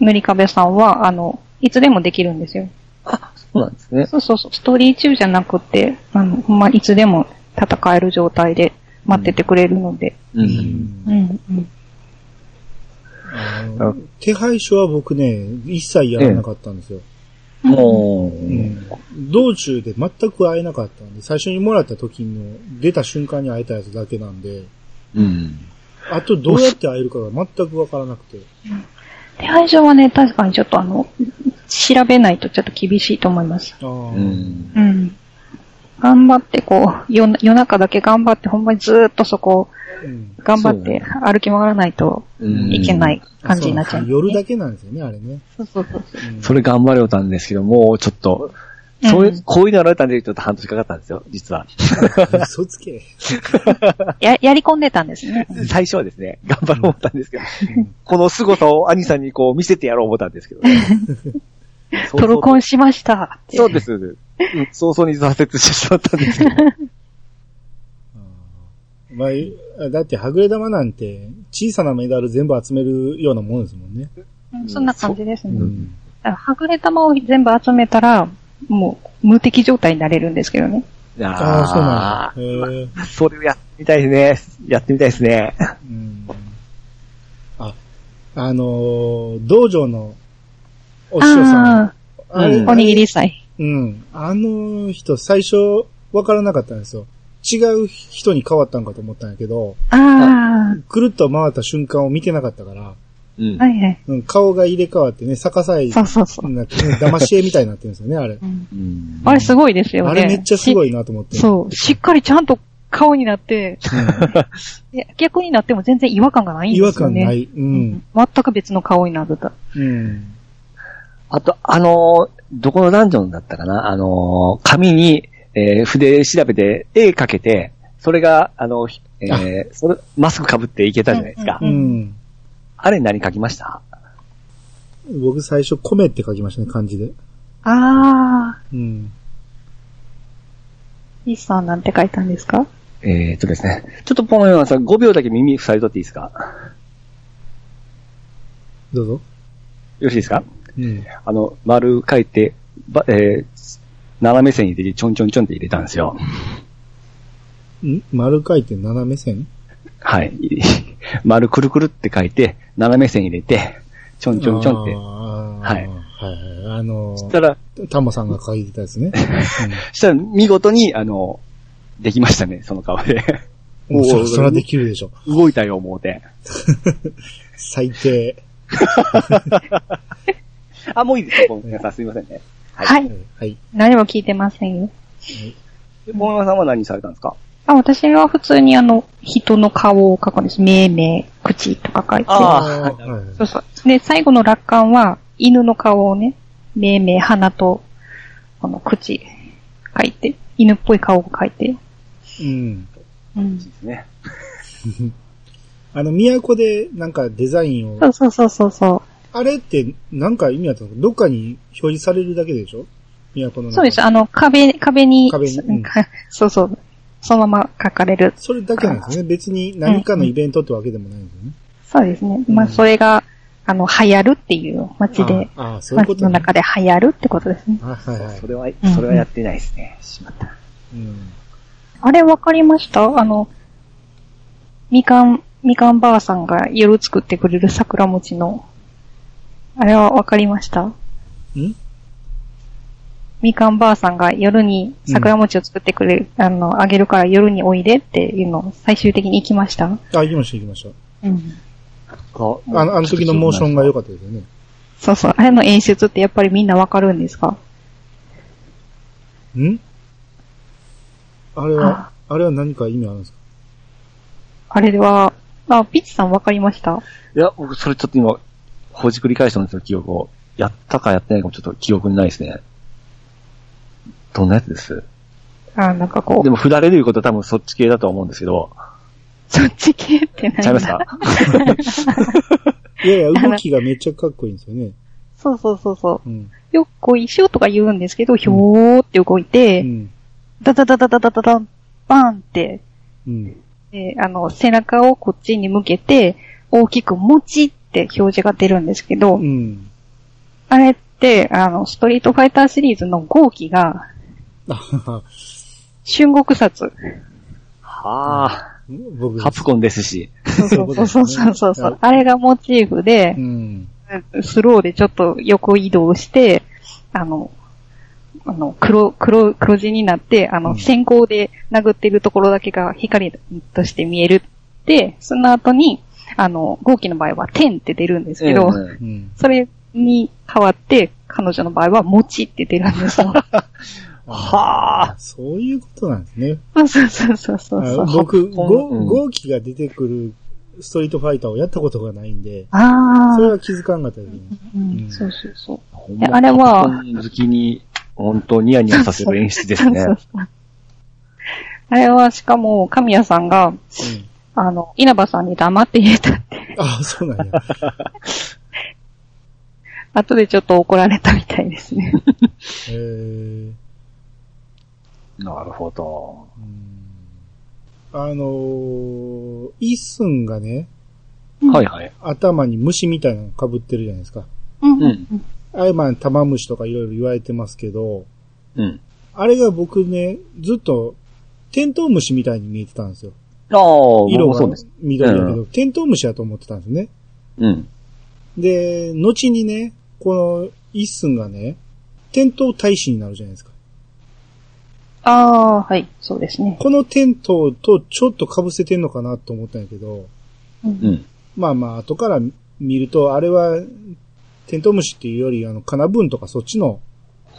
塗り壁さんは、あの、いつでもできるんですよ。
そうなんですね。
そうそうそう、ストーリー中じゃなくて、あの、ほんまいつでも戦える状態で待っててくれるので。
う。
うんん
うん、うん。
あの手配書は僕ね、一切やらなかったんですよ。
もう、
うん道中で全く会えなかったんで、最初にもらった時の出た瞬間に会えたやつだけなんで、
うん。
あとどうやって会えるかが全くわからなくて。
手配上はね、確かにちょっとあの、調べないとちょっと厳しいと思います。
ああ、
うん。
うん。頑張ってこう、夜夜中だけ頑張って、ほんまにずーっとそこを
うん。
頑張っ
そう
て歩き回らないと
うん
いけない感じになっちゃう。
そうなんですよ夜だけなんですよね、あれね。
そうそうそう。
うん
それ頑張れよたんですけど、もうちょっと、そういう
うん、
こういうのやられたんで、ちょっと半年かかったんですよ、実は。
嘘つけ。
や、やり込んでたんですね。
最初はですね、頑張ろう思ったんですけど、この凄さを兄さんにこう見せてやろう思ったんですけど、 [laughs] ね、
トロコンしましたって。
そうです。うん早々に挫折してしまったん [laughs] ですけど。
まあ、だって、はぐれ玉なんて、小さなメダル全部集めるようなものですもんね。
うんそんな感じです
う
ね。
ん。
だからはぐれ玉を全部集めたら、もう無敵状態になれるんですけどね。
ああ、そうなんだ。へえ
あーそれをやってみたいですね。やってみたいですね。
うん。あ、あのー道場のお師匠さん。
あ
あ
う
れ
ん
あ、おにぎり祭。
うん。あの人、最初、わからなかったんですよ。違う人に変わったんかと思ったんやけど、
あ
くるっと回った瞬間を見てなかったから、
うん
あ、はいはい。
うん、顔が入れ替わってね、逆さえ
そうそうそう。
なってね、騙し絵みたいになってるんですよね、あれ。
うん
あれすごい [laughs] ですよね。
あれめっちゃすご
い。
いなと思って。う。
そう。しっかりちゃんと顔になって、 [laughs] で逆になっても全然違和感がないん
違
で
和
すよ
感
ね。
ない。う。
うんん。全く別の顔になってた。
うん。
あと、あのーどこのダンジョンだったかなあのー紙に、えー筆調べて、絵かけて、それが、あの、ひえーそれ、マスク被っていけたじゃないですか。
う
うんん。
あれ何書きました
僕最初、米って書きましたね、漢字で。
ああ、
うん。
イーさんなんて書いたんですか
えーっとですね。ちょっとポノヨンさん5秒だけ耳塞いとっていいですか
ど
よ
うぞ。
ろしいですか
うん。
あの、丸書いて、ば、えー斜め線に入れて、ちょんちょんちょんって入れたんですよ。
ん丸書いて斜め線
はい。 [laughs] 丸くるくるって書いて、斜め線入れて、ちょんちょんちょんって。
はいい。はいはい。あの
そ
ー
したら、
タモさんが書いてたやつね。
そしたら見事に、あの、できましたね、その顔で。 [laughs]
うん、もう
お
そ、
ー
そらできるでしょ。
動いたよ、思うて。
最低。
あ、もういいですよ、ポンヨンさん。すいませんね。はい
は。
はいいはい。
何も聞いてませんよ。
でポンヨンさんは何されたんですか
あ、私は普通にあの、人の顔を描くんです。目、目、口とか書いて。
あ
ー
ー
はい
そうそう。で、最後の楽観は、犬の顔をね、目、目、鼻と、この口、書いて、犬っぽい顔を書いて。
うん。
うん。
ですね。
あの、都でなんかデザインを
そ、うそうそうそうそ
あれってなんか意味あったのどっかに表示されるだけでしょ都の中
う。
に
そうです。。あの、壁、壁に、
壁にうん
[laughs] そうそう。そのまま書かれる。
それだけなんですよね。別に何かのイベントってわけでもないんですよね。
そうですね。まあ、
うん
それが、あの、流行るっていう街で、
あーあー、そういうこ
街
と
の
ね。
中で流行るってことですね。
あはいはい
そ。れは
ん、
それはやってないですね。しまった。
うん。
あれわかりましたあの、みかん、みかんばあさんが夜作ってくれる桜餅の。あれはわかりました
ん
みかんばあさんが夜に桜餅を作ってくれる、あの、あげるから夜においでっていうのを最終的に行きました
あ、行きました行きまし
うん。
あ
た。あの、あの時のモーションが良かったですよね。
そうそう。あれの演出ってやっぱりみんなわかるんですか
んあれは、あれは何か意味あるんですか
あれでは、あ、ピッチさんわかりました
いや、僕、それちょっと今、ほじくり返したんですよ、記憶を。やったかやってないかもちょっと記憶にないですね。どんなやつです
あ、なんかこ
で
う、
も、振られることは多分そっち系だと思うんですけど、
そっち系って何
ちゃいますか
いやいや、動きがめっちゃかっこいいんですよね。
そうそうそうそう。
うん。
よっこいしょとか言うんですけど、ひょーって動いうて、
ん。
ダダダダダダダダン、バーンって、
うん。
であの、背中をこっちに向けて、大きく、もちって表示が出るんですけど、
うん。
あれって、あの、ストリートファイターシリーズの号機が、
あはは
春国殺。
はあ、
僕
カプコンですし。
そうそうそうそうそ
そういうことで
うそう
すね
あれがモチーフで
う、ん。
スローでちょっと横移動して、あの、あの、黒、黒、黒字になって、あ
う
の、
ん
先行で殴ってるところだけが光として見えるって、その後に、あの、号機の場合は天って出るんですけど、
うん
うん。
それに変わって、彼女の場合は餅って出るんですよ。
はあ。
そういうことなんですね。
あそうそうそうそうそう
あ。僕、
こん
ゴ
うん
ゴーキが出てくるストリートファイターをやったことがないんで、
ああ
そ、れは気づかんかったですね。
うん、そうそうそう。
ほん
あれは
パソコン好きに、本当ニヤニヤさせる演出ですね
[laughs] そ。うそうあれは、しかも、神谷さんが、あの、稲葉さんに黙って言えたって、 [laughs]
うん、あそうなんや。
後でちょっと怒られたみたいですね。
えー
なるほど。
うんあのー、イッスンがね、
はいはい。
頭に虫みたいなの被ってるじゃないですか。
う
う
んうんん。
あれ、まあ、玉虫とかいろいろ言われてますけど、
うん。
あれが僕ね、ずっと、テントウムシみたいに見えてたんですよ。
ああ、色
色
も
が
そうです。
緑だけ
う
ど、テントウムシだと思ってたんですね。
うん。
で、後にね、このイッスンがね、テントウ大使になるじゃないですか。
ああ、はい、そうですね。
このテントウとちょっと被せてんのかなと思ったんやけど、
う。
うんん。
まあまあ、後から見ると、あれは、テントウムシっていうより、あの、カナブンとかそっちの、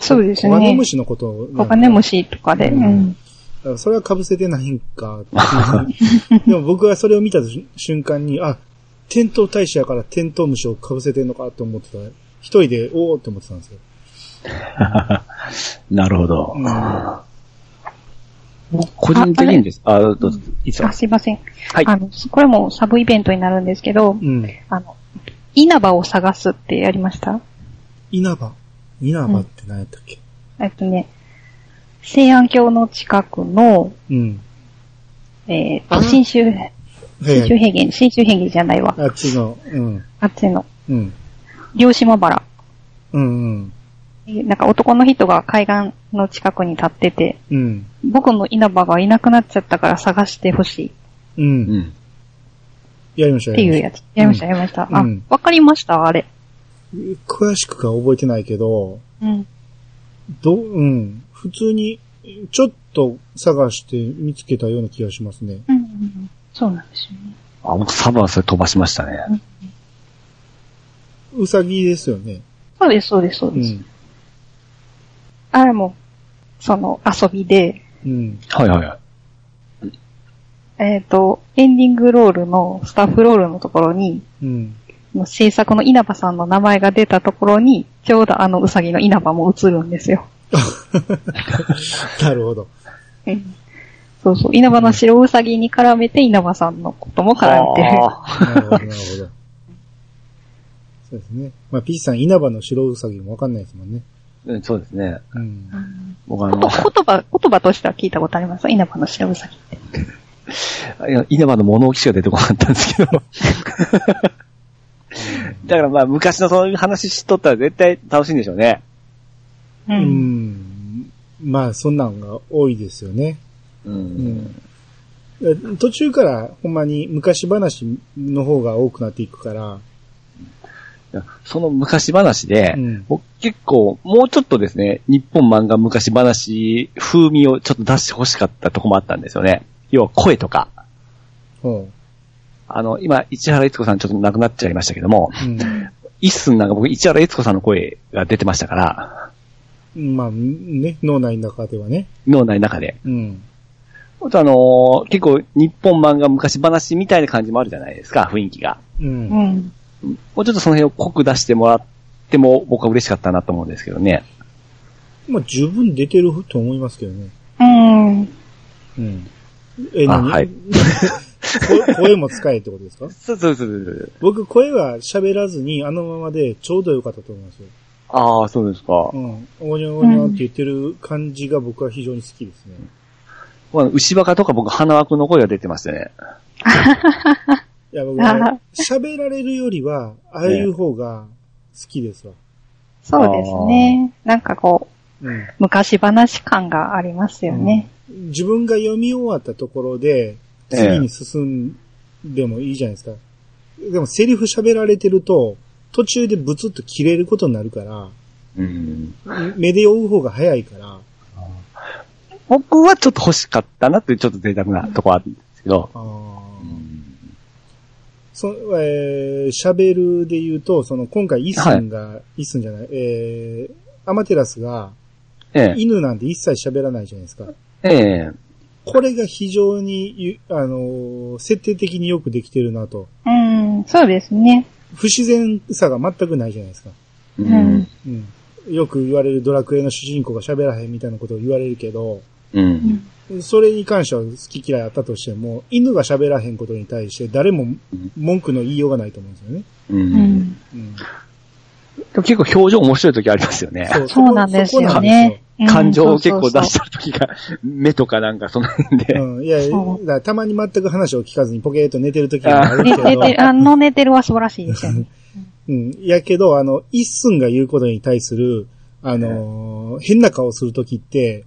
そうです
コガネ
ね
ム。シのことなんで
コガネムシとかで。
う
うんん。
だからそれは被せてないんか。 [laughs] でも僕はそれを見た瞬瞬間に、あ、テントウ大使やからテントウムシを被せてんのかと思ってた。一人で、おーって思ってたんですよ。
なるほど
う。んは
個人的にです。あ、どうぞ。いつ
あ、
は
すいません。
い。
あの、これもサブイベントになるんですけど
い。、うん。
あの、稲葉を探すってやりました
稲葉。稲葉って何やったっけ
えっとね、西安峡の近くの、
うん。
えっ
あ
と、新州、
はい
新
は
州
い。
平原、新州平原じゃないわ。
あっちの、うん。
あっちの、
うん。
両島原。
うんうん。
なんか男の人が海岸の近くに立ってて、
うん。
僕の稲葉がいなくなっちゃったから探してほしいっ
う。
うんん。
やりました、
て
やり
いう
まし
やつ。やりました、やりました。あ
うん、
わかりました、あれ。
た。詳しくは覚えてないけど、
うん。
ど、うん。普通に、ちょっと探して見つけたような気がしますね。
うんうんうん。そうなんですよね。
あ、僕サバンそれ飛ばしましたね。
うさぎですよね。
そうです、そうです、そううです。
ん。
あれも、その遊びで、
うん。
はいはいはい。
えっ、と、エンディングロールの、スタッフロールのところに、
うん。
の制作の稲葉さんの名前が出たところに、ちょうどあのうさぎの稲葉も映るんですよ。
[laughs] なるほど。
うんそうそう。稲葉の白うさぎに絡めて稲葉さんのことも絡めてる。
ああ
なるほど、なるほど。そうですね。まあ、ピーチさん、稲葉の白ウサギもわかんないですもんね。
うんそうですね。
うん。
僕あ
こと
の、
言葉、言葉としては聞いたことあります稲葉の白うさぎって。
いや稲葉の物置しか出てこなかったんです [laughs] けど。だからまあ昔のそういう話しとったら絶対楽しいんでしょうね。
う。
うんん。まあ、そんなんが多いですよね。
う。
うんん。途中から、ほんまに昔話の方が多くなっていくから、
いやその昔話で、
うん
僕結構もうちょっとですね、日本漫画昔話風味をちょっと出してほしかったとこもあったんですよね。要は声とか。
ほ
あの、今、市原悦子さんちょっと亡くなっちゃいましたけども、
う。うん。
一寸なんか僕、市原悦子さんの声が出てましたから、
まあ、ね、脳内の中ではね。
脳内の中で。
うん。
あとあのー結構日本漫画昔話みたいな感じもあるじゃないですか、雰囲気が。
う。
うんん。
もうちょっとその辺を濃く出してもらっても僕は嬉しかったなと思うんですけどね。
まあ、十分出てると思いますけどね。
うん。
うん。え、
あ
何 [laughs]
はい
声声も使えってことですか
そうそうそうそう。
僕、声は喋らずに、あのままでちょうどよかったと思いますよ。
ああ、そうですか。
うん。おにょおにょって言ってる感じが僕は非常に好きですね。
まあ牛バカとか僕、花輪くんの声が出てましたね。
いや、僕
あ
は
は
喋られるよりは、ああいう方が好きですわ。
そうですね。なんかこう、
うん。
昔話感がありますよね。
自分が読み終わったところで、
ええ
次に進んでもいいじゃないですか。でも、セリフ喋られてると、途中でブツッと切れることになるから、
うん。
目で追う方が早いから、
僕はちょっと欲しかったなっていうちょっと贅沢なとこあるんですけど。
あーそえー、喋るで言うと、その今回、イッスンが、イッスンじゃない、えー、アマテラスが、
ええ。
犬なんて一切喋らないじゃないですか。
ええ。
これが非常にゆ、あのー設定的によくできてるなと。
うん、そうですね。
不自然さが全くないじゃないですか。
う
うん
ん。
うん。よく言われるドラクエの主人公が喋らへんみたいなことを言われるけど、
うん。
それに関しては好き嫌いあったとしても、犬が喋らへんことに対して誰も文句の言いようがないと思うんですよね。
う。
うんん。
うん。
結構表情面白い時ありますよね。
そう
そうなんです
そこ
よね。うん
感情を結構出し
そう
てる時が、目とかなんかその
そこ
辺で。
なんですようん。いや、
そう
だからたまに全く話を聞かずにポケーっと寝てる時もある
そう
け
そう。寝てる、
ど、
あの寝てるは素晴らしいですよね。
うん。やけど、あの、一寸が言うことに対する、あのー変な顔する時って、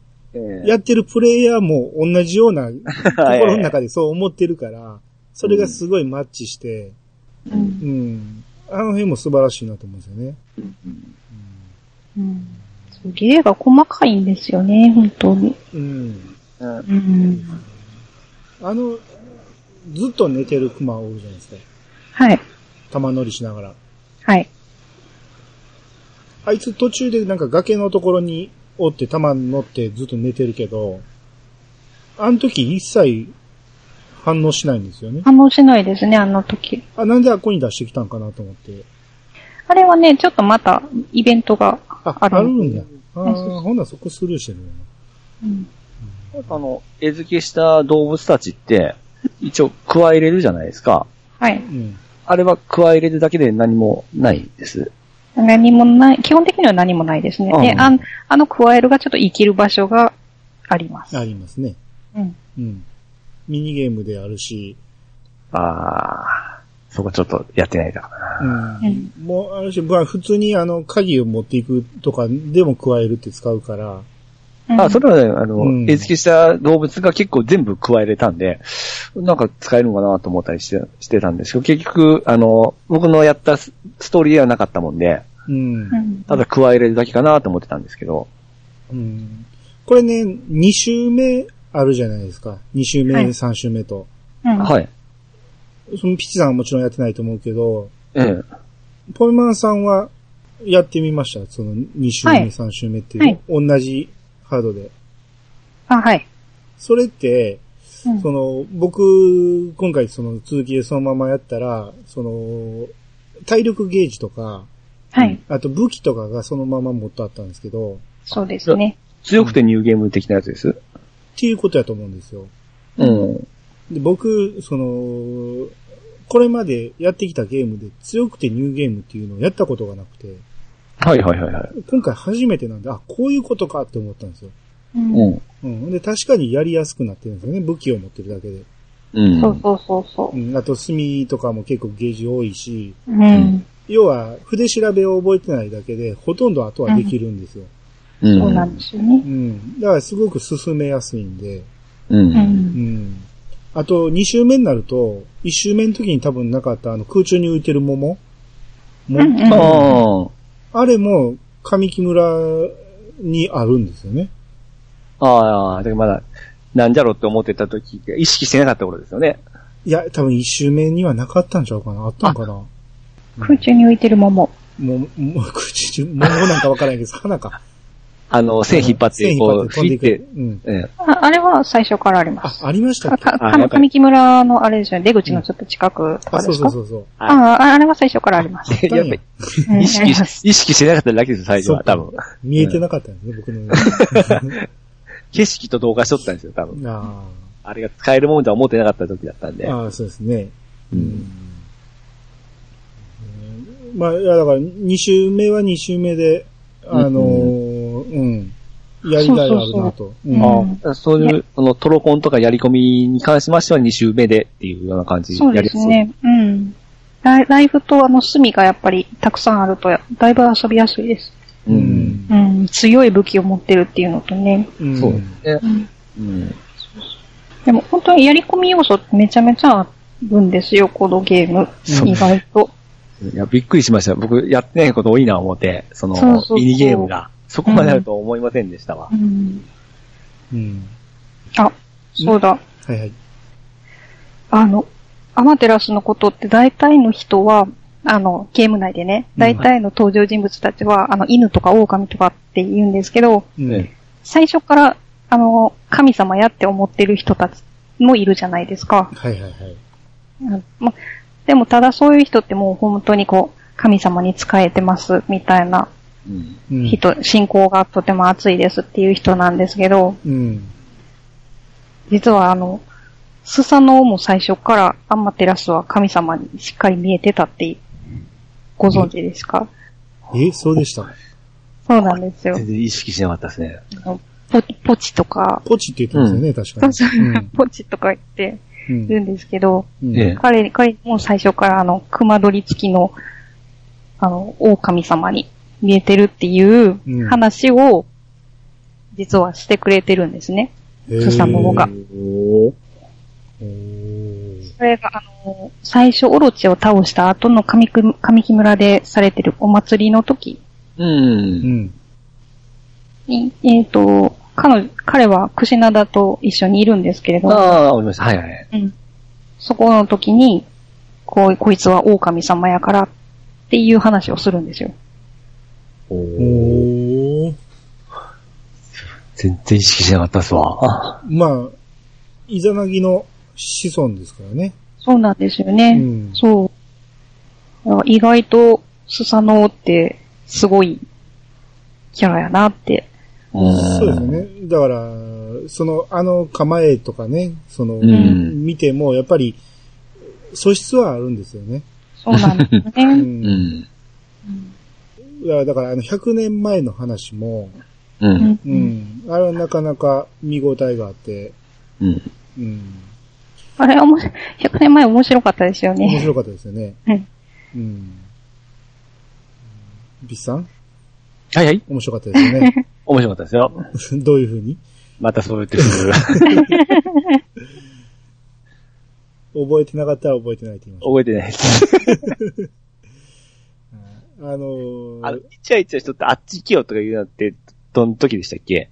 やってるプレイヤーも同じ
[laughs]
ような心の中でそう思ってるから、それがすごいマッチして、
う。
うんん。あの辺も素晴らしいなと思うんですよね。
うん。そう芸が細かいんですよね、本当に。
うん。うん
うん。
あの、ずっと寝てるクマおるじゃないですか。
はい。
玉乗りしながら。
はい。
あいつ途中でなんか崖のところにおって玉乗ってずっと寝てるけど、あの時一切反応しないんですよね。
反応しないですね、あの時。
あ、なんであっこに出してきたんかなと思って。
あれはね、ちょっとまた、イベントが
あ、
あ
あ
る。
るんや。あ
そうそうそ
ー
う
ほんならそこスルーしてるんや
うん。
あの、餌付けした動物たちって、一応、加えれるじゃないですか。
はい。
な。うん。
あれは加えれるだけで何もないです。
何もない、基本的には何もないですね。
うん
で、あんあの加えるがちょっと生きる場所があります。
ありますね。
うん。
うん。ミニゲームであるし、
ああ、そこちょっとやってないだからな。
うん。
うん
もう、あるし、まあ普通にあの、鍵を持っていくとかでも加えるって使うから、
あ、それはね、あの、
うん
餌付けした動物が結構全部加えれたんで、なんか使えるのかなと思ったりしてしてたんですけど、結局、あの、僕のやったスストーリーではなかったもんで、
うん
う。ん。
ただ加えれるだけかなと思ってたんですけど、
うん。これね、2週目あるじゃないですか。2週目、
はい
3週目と。
うん。い。
はい。
そのピチさんはもちろんやってないと思うけど、
ええ。
ポイマンさんはやってみました。その2週目、
はい
3週目っていう、
はい
同じハードで。
あ、はい。
それって、
うん
その、僕、今回その続きでそのままやったら、その、体力ゲージとか、
はい。
あと武器とかがそのままもっとあったんですけど、
そうですね。
強くてニューゲーム的なやつです。
っていうことやと思うんですよ。
うん。
で、僕、その、これまでやってきたゲームで強くてニューゲームっていうのをやったことがなくて、
はいはいはいはい。
今回初めてなんで、あ、こういうことかって思ったんですよ。
うん
うん。
うん。で、確かにやりやすくなってるんですよね。武器を持ってるだけで。
うん。
そうそうそうそうう。
ん。あと、墨とかも結構ゲージ多いし、
うん。
要は、筆調べを覚えてないだけで、ほとんど後はできるんですよ。
うん
そうなんですよね
う。ん。だから、すごく進めやすいんで、
う。
うん。
うんん。あと、2周目になると、1周目の時に多分なかった、あの、空中に浮いてる桃も、
うんうん
ああ。
あれも、上木村にあるんですよね。
ああ、だからまだ、なんじゃろって思ってた時、意識してなかった頃ですよね。
いや、多分一周目にはなかったんちゃうかなあったんかなも
空中に浮いてる桃。
う、もう、 [laughs] 口中、もうなんかわからないけど、花か。
あの、線引っ張って、
線
こう、
飛んで
引
い
っ
く。
て、
うん。
[laughs] ええ。
ああれは最初からありま
あ、
す。
ありました
[laughs]
あ
っけ
か
あやっぱり
神木村のあれですよね。出口のちょっと近くと
あ、
か
そ
で
う
す
そ
か
うそうそう。
ああ、あれは最初からあります。
あったん
やっ
や
ぱり
うん
[laughs] 意
あります
識、意識してなかっただけです、最初
そ
は、
う
多分。
見えてなかったんですね、僕の。
景色と同化しとったんですよ、多 [laughs] 分。
あ
あれが使えるもんとは思ってなかった時だったんで。
ーあー、そうですね。
う。
うんんまあ、いやだから、二周目は二周目で、あのー、うん。やりがいがあるなと。うん
うん
ああそういう、その、トロコンとかやり込みに関しましては2周目でっていうような感じ
そう
やり
ですね。うん。ライライフとあの隅がやっぱりたくさんあるとや、だいぶ遊びやすいです。
う。
うんん
うん。強い武器を持ってるっていうのとね。
うん
そうですね。うん。
でも本当にやり込み要素ってめちゃめちゃあるんですよ、このゲーム。
そう
意外と。
いや、びっくりしました。僕、やってないこと多いな、思って。そ
そうそ
の
うそ、う
ミニゲームが。そこまであるとは思いませんでしたわ
う。ん。
うん。
あ、そうだ。
はいはい。
あの、アマテラスのことって大体の人は、あの、ゲーム内でね、大体の登場人物たちは、あの、犬とか狼とかって言うんですけど、
うん
ね
最初から、あの、神様やって思ってる人たちもいるじゃないですか。
はいはいはい。
うんま、でも、ただそういう人ってもう本当にこう、神様に仕えてます、みたいな
うん。
うん。
人、信仰がとても熱いですっていう人なんですけど、
うん。
実はあの、スサノオも最初からアンマテラスは神様にしっかり見えてたってご存知ですか、
え、そうでした。
そうなんですよ
全。然意識しなかったですね。
あのポポチとか、
ポチって言ってますよね、確かに。うん
[laughs] ポチとか言って
うん
るんですけど、
うん
ええ
彼、彼も最初からあの、熊取り付きの、あの、狼様に見えてるっていう
うん
話を、実はしてくれてるんですね。
へえ
スサノオが
おー
おー
それが、あの、最初オロチを倒した後の神く神木村でされてるお祭りの時
う。
うんん。
に、えっ、と、彼女、彼はクシナダと一緒にいるんですけれど
あ
も、
あ、わかりました。はいはい。
うんそこの時に、こう、こいつは狼様やからっていう話をするんですよ。
おー
おー
全然意識しなかったっすわ。
まあ、イザナギの子孫ですからね。
そうなんですよ
う
ね。
ん。
そう。だから意外と、スサノオって、すごい、キャラやなって。
うん
そうですよ。ね。だから、その、あの構えとかね、その、
うん
見ても、やっぱり、素質はあるんですよね。
そうなんですよ
う。
ね。
うんん。
だからだから、あの、100年前の話も、
[laughs] う。
うんん
う。ん。あれはなかなか見応えがあって、
うん。
うん。
あれ、おもし100年前面白かったですよ
面
ね。
白かったですよね。
うん
うん。ビッさん
はいはい。
面白かったですよ
[laughs]
ね。
面白かったですよ。
どういうふうに
またそう言ってく [laughs] る。
覚えてなかったら覚えてないって言いまし
覚えてないです。
た。あのー
あの、イチャイチャしとってあっち行けよとか言うなって、どの時でしたっけ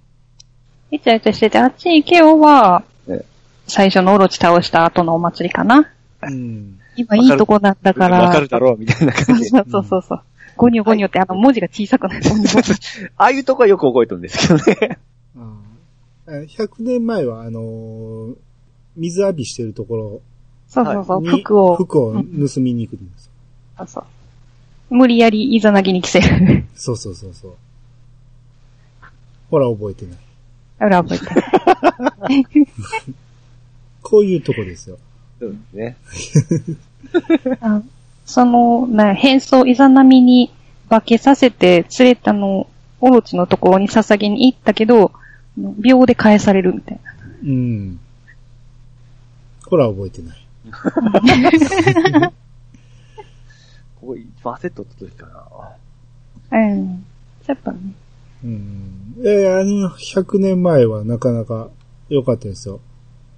イチャイチャしてて、あっち行けよは
ええ、
最初のオロチ倒した後のお祭りかな。
うん。
今
わ
い
かる
いとこなんだから。
わかるだろうみたいな
そ
感
う
じで。
そうそうそう。ゴニョゴニョってあの文字が小さくなる。ゴニョゴニョ
ああいうとこはよく覚えてるんですけどね。
あー100年前は、あのー水浴びしてるとこ
そうそうそ
ろ
う。
に
服を。
服を
うん
盗みに行くんです。
そうそう。無理やりイザナギに着せる。
そうそうそうそう。ほら、覚えてない。
裏覚えてない。
こういうとこですよ。
[laughs] そうですね。
あその、な、変装イザナミに化けさせて、連れたの、オロチのところに捧げに行ったけど、秒で返されるみた
[laughs]
いな。
うん。ほら、覚えてない。
ここ、バセットって時かな。
うん。やっぱね。
うん。えあの、100年前はなかなか良かったですよ。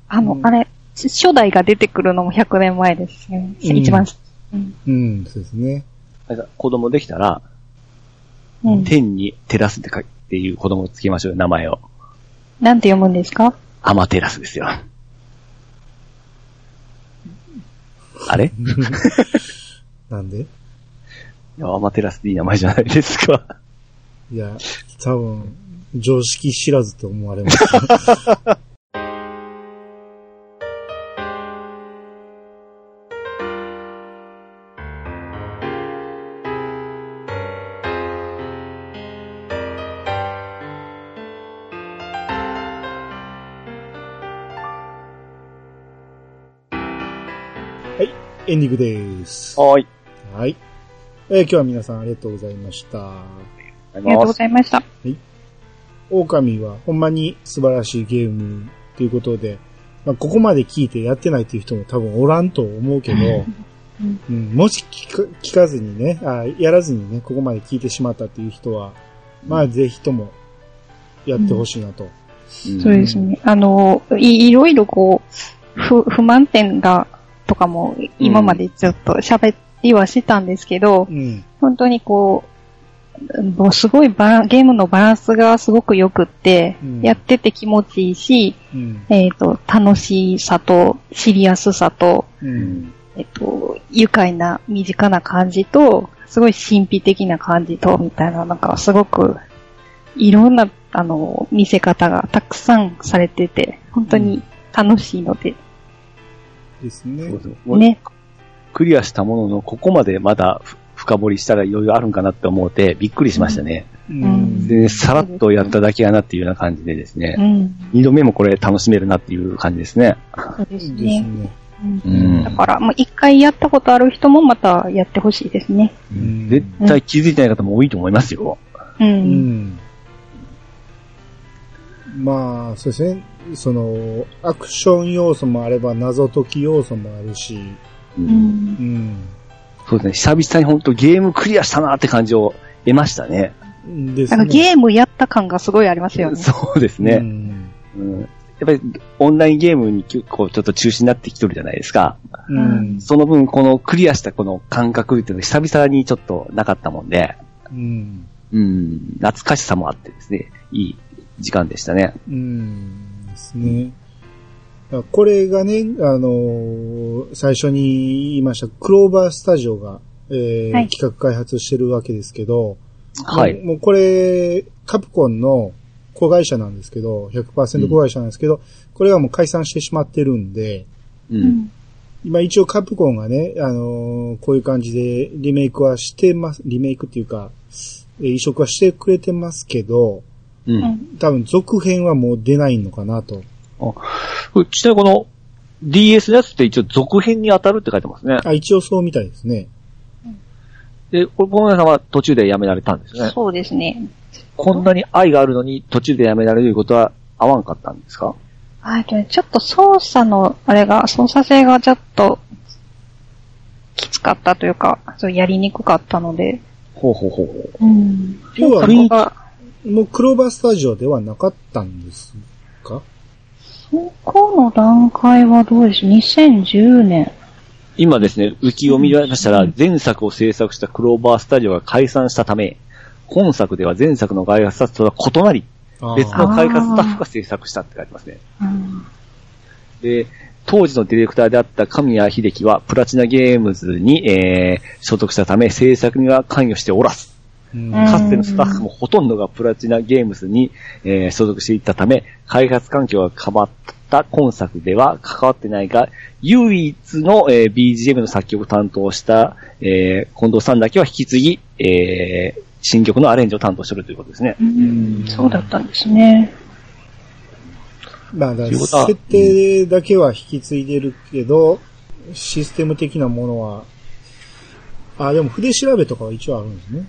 あの、
うん
あれ、し初代が出てくるのも100年前ですね。
うん
一番、うん。
うん、そうですね。
あれだ子供できたら、
うん。
天に照らすって書いていう子供をつけましょうよ、名前を。
なんて読むんですか
アマテラスですよ。あれ
なんで
いやアマテラスっていい名前じゃないですか。
いや、多分、常識知らずと思われます。はい、エンディングです。
はい。
はい。えー今日は皆さんありがとうございました。
あり
ありがとうございました。
狼はほんまに素晴らしいゲームということで、まあ、ここまで聞いてやってないっていう人も多分おらんと思うけど、
うん
うんもし聞か聞かずにねあ、やらずにね、ここまで聞いてしまったっていう人は、まあぜひともやってほしいなと。
うん
そうですね。あの、いいろいろこう、不、不満点が、とかも、今までちょっと喋りはしたんですけど、
うん。
本当にこう、もうすごいバランゲームのバランスがすごく良くって、
うん
やってて気持ちいいし、
うん。
えっ、と、楽しさと、シリアスさと、
う。
うんん。
えっと、愉快な、身近な感じと、すごい神秘的な感じと、みたいな、なんかすごく、いろんな、あの、見せ方がたくさんされてて、本当に楽しいので、
ですね。
そうそうもう
ね。
クリアしたものの、ここまでまだふ深掘りしたらいろいろあるんかなって思うて、びっくりしましたね。
うん。
で、さらっとやっただけやなっていうような感じでです
う
ね。
ん。
二、度目もこれ楽しめるなっていう感じですね。
そうです
ですね
ね。。
う
うん
ん
だ。から、もう一回やったことある人もまたやってほしいですね。
うん
絶対気づいてない方も多いと思いますよ。
う。
うんん。まあ、そうですね。その、アクション要素もあれば、謎解き要素もあるし、
う
うんん。
うん。
そうですね。久々に本当ゲームクリアしたなって感じを得ましたね。
です
な
ね。
んかゲームやった感がすごいありますよね。
そうです
う
ね、
ん
うんやっぱりオンラインゲームに結構ちょっと中止になってきてるじゃないですか。
うん。
その分このクリアしたこの感覚っていうのが久々にちょっとなかったもんで、
うん。
うん、懐かしさもあってですね、いい時間でしたね。
うんですね。だからこれがね、あのー最初に言いました、クローバースタジオが、えー
はい
企画開発してるわけですけど、
はい。
もうもうこれ、カプコンの子会社なんですけど、100%子会社なんですけど、これはもう解散してしまってるんで、
う。
うんん。
今一応カプコンがね、あのーこういう感じでリメイクはしてます、リメイクっていうか、えー移植はしてくれてますけど、
う。
うんん。
多分続編はもう出ないのかなと。
ちなみにこの DS のやつって一応続編に当たるって書いてますね。
あ、一応そうみたいですね。
で、これ、ボナさんは途中でやめられたんですね。
そうですね。
こんなに愛があるのに途中でやめられるということは合わんかったんですか
あとねちょっと操作の、あれが、操作性がちょっと、きつかったというか、そうやりにくかったので、
ほうほうほうほう。
うん。
要は
そこが、
もうクローバースタジオではなかったんですか
そこの段階はどうでしょう ?2010 年。
今ですね、ウキを見ましたら、前作を制作したクローバースタジオが解散したため、本作では前作の開発者とは異なり、別の開発スタッフが制作したって書いてますね。
うん。
で、当時のディレクターであった神谷秀樹は、プラチナゲームズに、えー、所属したため、制作には関与しておらず、
うん
うん
かつてのスタッフもほとんどがプラチナゲームズに、えー所属していったため、開発環境が変わった今作では関わってないが、唯一の、えー BGM の作曲を担当した、えー近藤さんだけは引き継ぎ、えー新曲のアレンジを担当してるということですね。
うん、そうだったんですね。
まあ、だ
と
か
いう
ら
ことは
設定だけは引き継いでるけど、システム的なものは、あ、でも筆調べとかは一応あるんですね。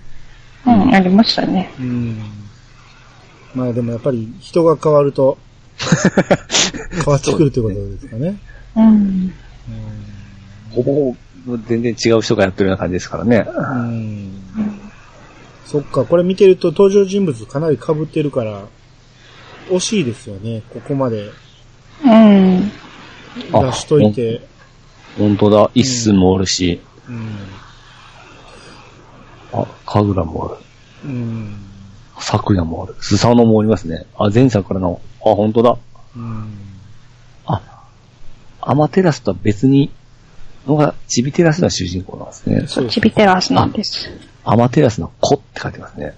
うん、ありましたね。
うん。まあでもやっぱり人が変わる [laughs] と、変わってくるということですかね。
うん。
ほぼほぼ全然違う人がやってるような感じですからね。
うん。うんそっか、これ見てると登場人物かなり被ってるから、惜しいですよね、ここまで
うん。
あ
出しといて。
本当だ、一寸もおるし、
うん。
あ、カグラもおる。
うん。
桜もある。スサノもおりますね。あ、前作からの。あ、本当だ。
うん。
あ、アマテラスとは別に、のが、チビテラスの主人公なんですね。
そう
チビテラスなんです。
アマテラスの子って書いてますね。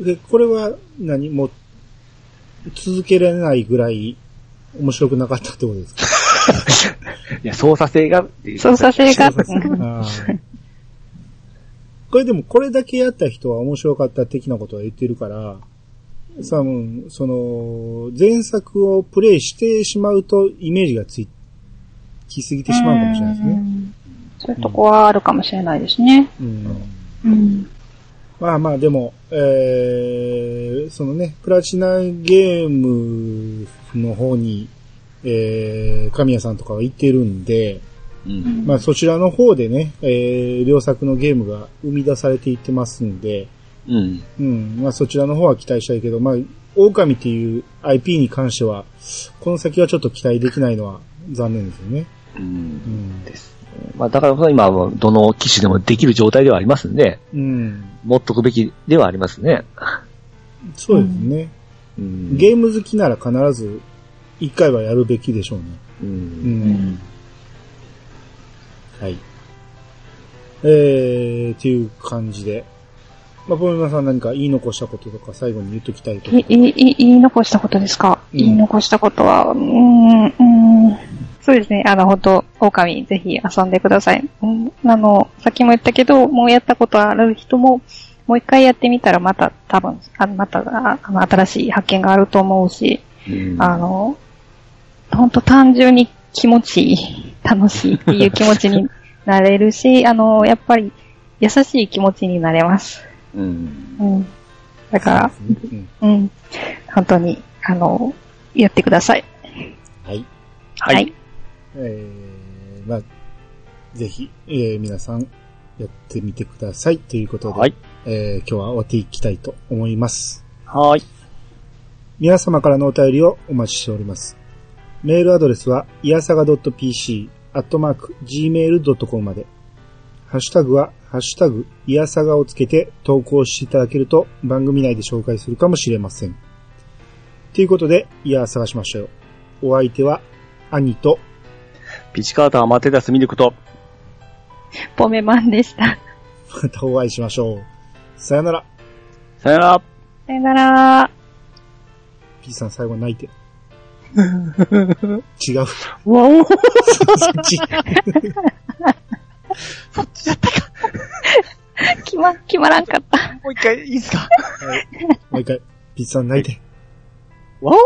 で、これは何もう、続けられないぐらい面白くなかったってことですか
いや、操作性が、
操作性が、
[laughs] あー [laughs] これでもこれだけやった人は面白かった的なことは言ってるから、多分、その、前作をプレイしてしまうとイメージがつい、きすぎてしまうかもしれないですね。
うんそういうとこはあるかもしれないですね。
うん
うん。
まあまあでも、えー、そのね、プラチナゲームの方に、えー、神谷さんとかは行ってるんで、
うん。
まあそちらの方でね、えー、両作のゲームが生み出されていってますんで、
うん。
うん、まあそちらの方は期待したいけど、まあ、狼っていう IP に関しては、この先はちょっと期待できないのは残念ですよね。
う。
うんん。
です。まあ、だからこそ今は、どの機種でもできる状態ではありますんで、
うん。
持っとくべきではありますね。
そうですね。
うん。
ゲーム好きなら必ず、一回はやるべきでしょうね。
う。
うんん。はい。えー、っていう感じで。まあ、ポメマさん何か言い残したこととか最後に言っときたいこと
い、い、い、言い残したことですか、
うん
言い残したことは、うーん、うーん。そうですね。あの、本当狼、ぜひ遊んでください。うんあの、さっきも言ったけど、もうやったことある人も、もう一回やってみたらまた、多分、あまた、ああの、新しい発見があると思うし、
うん
あの、ほんと単純に気持ちいい、楽しいっていう気持ちになれるし、 [laughs] あの、やっぱり、優しい気持ちになれます。
うん。
うん。だから、
ですね。
うん。本当に、あの、やってください。
うん。はい。
はい
えー、まあ、ぜひ、えー、皆さん、やってみてください。ということで、
はい。
えー、今日は終わっていきたいと思います。
はい。
皆様からのお便りをお待ちしております。メールアドレスは、いやさが .pc、アットマーク、gmail.com まで。ハッシュタグは、ハッシュタグ、いやさがをつけて投稿していただけると、番組内で紹介するかもしれません。ということで、いや、探しましょう。お相手は、兄と、
ピチカーターマテダスミルクと、
ポメマンでした。
またお会いしましょう。さよなら。
さよなら。
さよなら。
P さん最後泣いて。違う。 [laughs]
わ
そ
お
っち。
そっちだったか。
決ま、決まらんかった。
もう一回いいですか
もう一回、P さん泣いて。
わお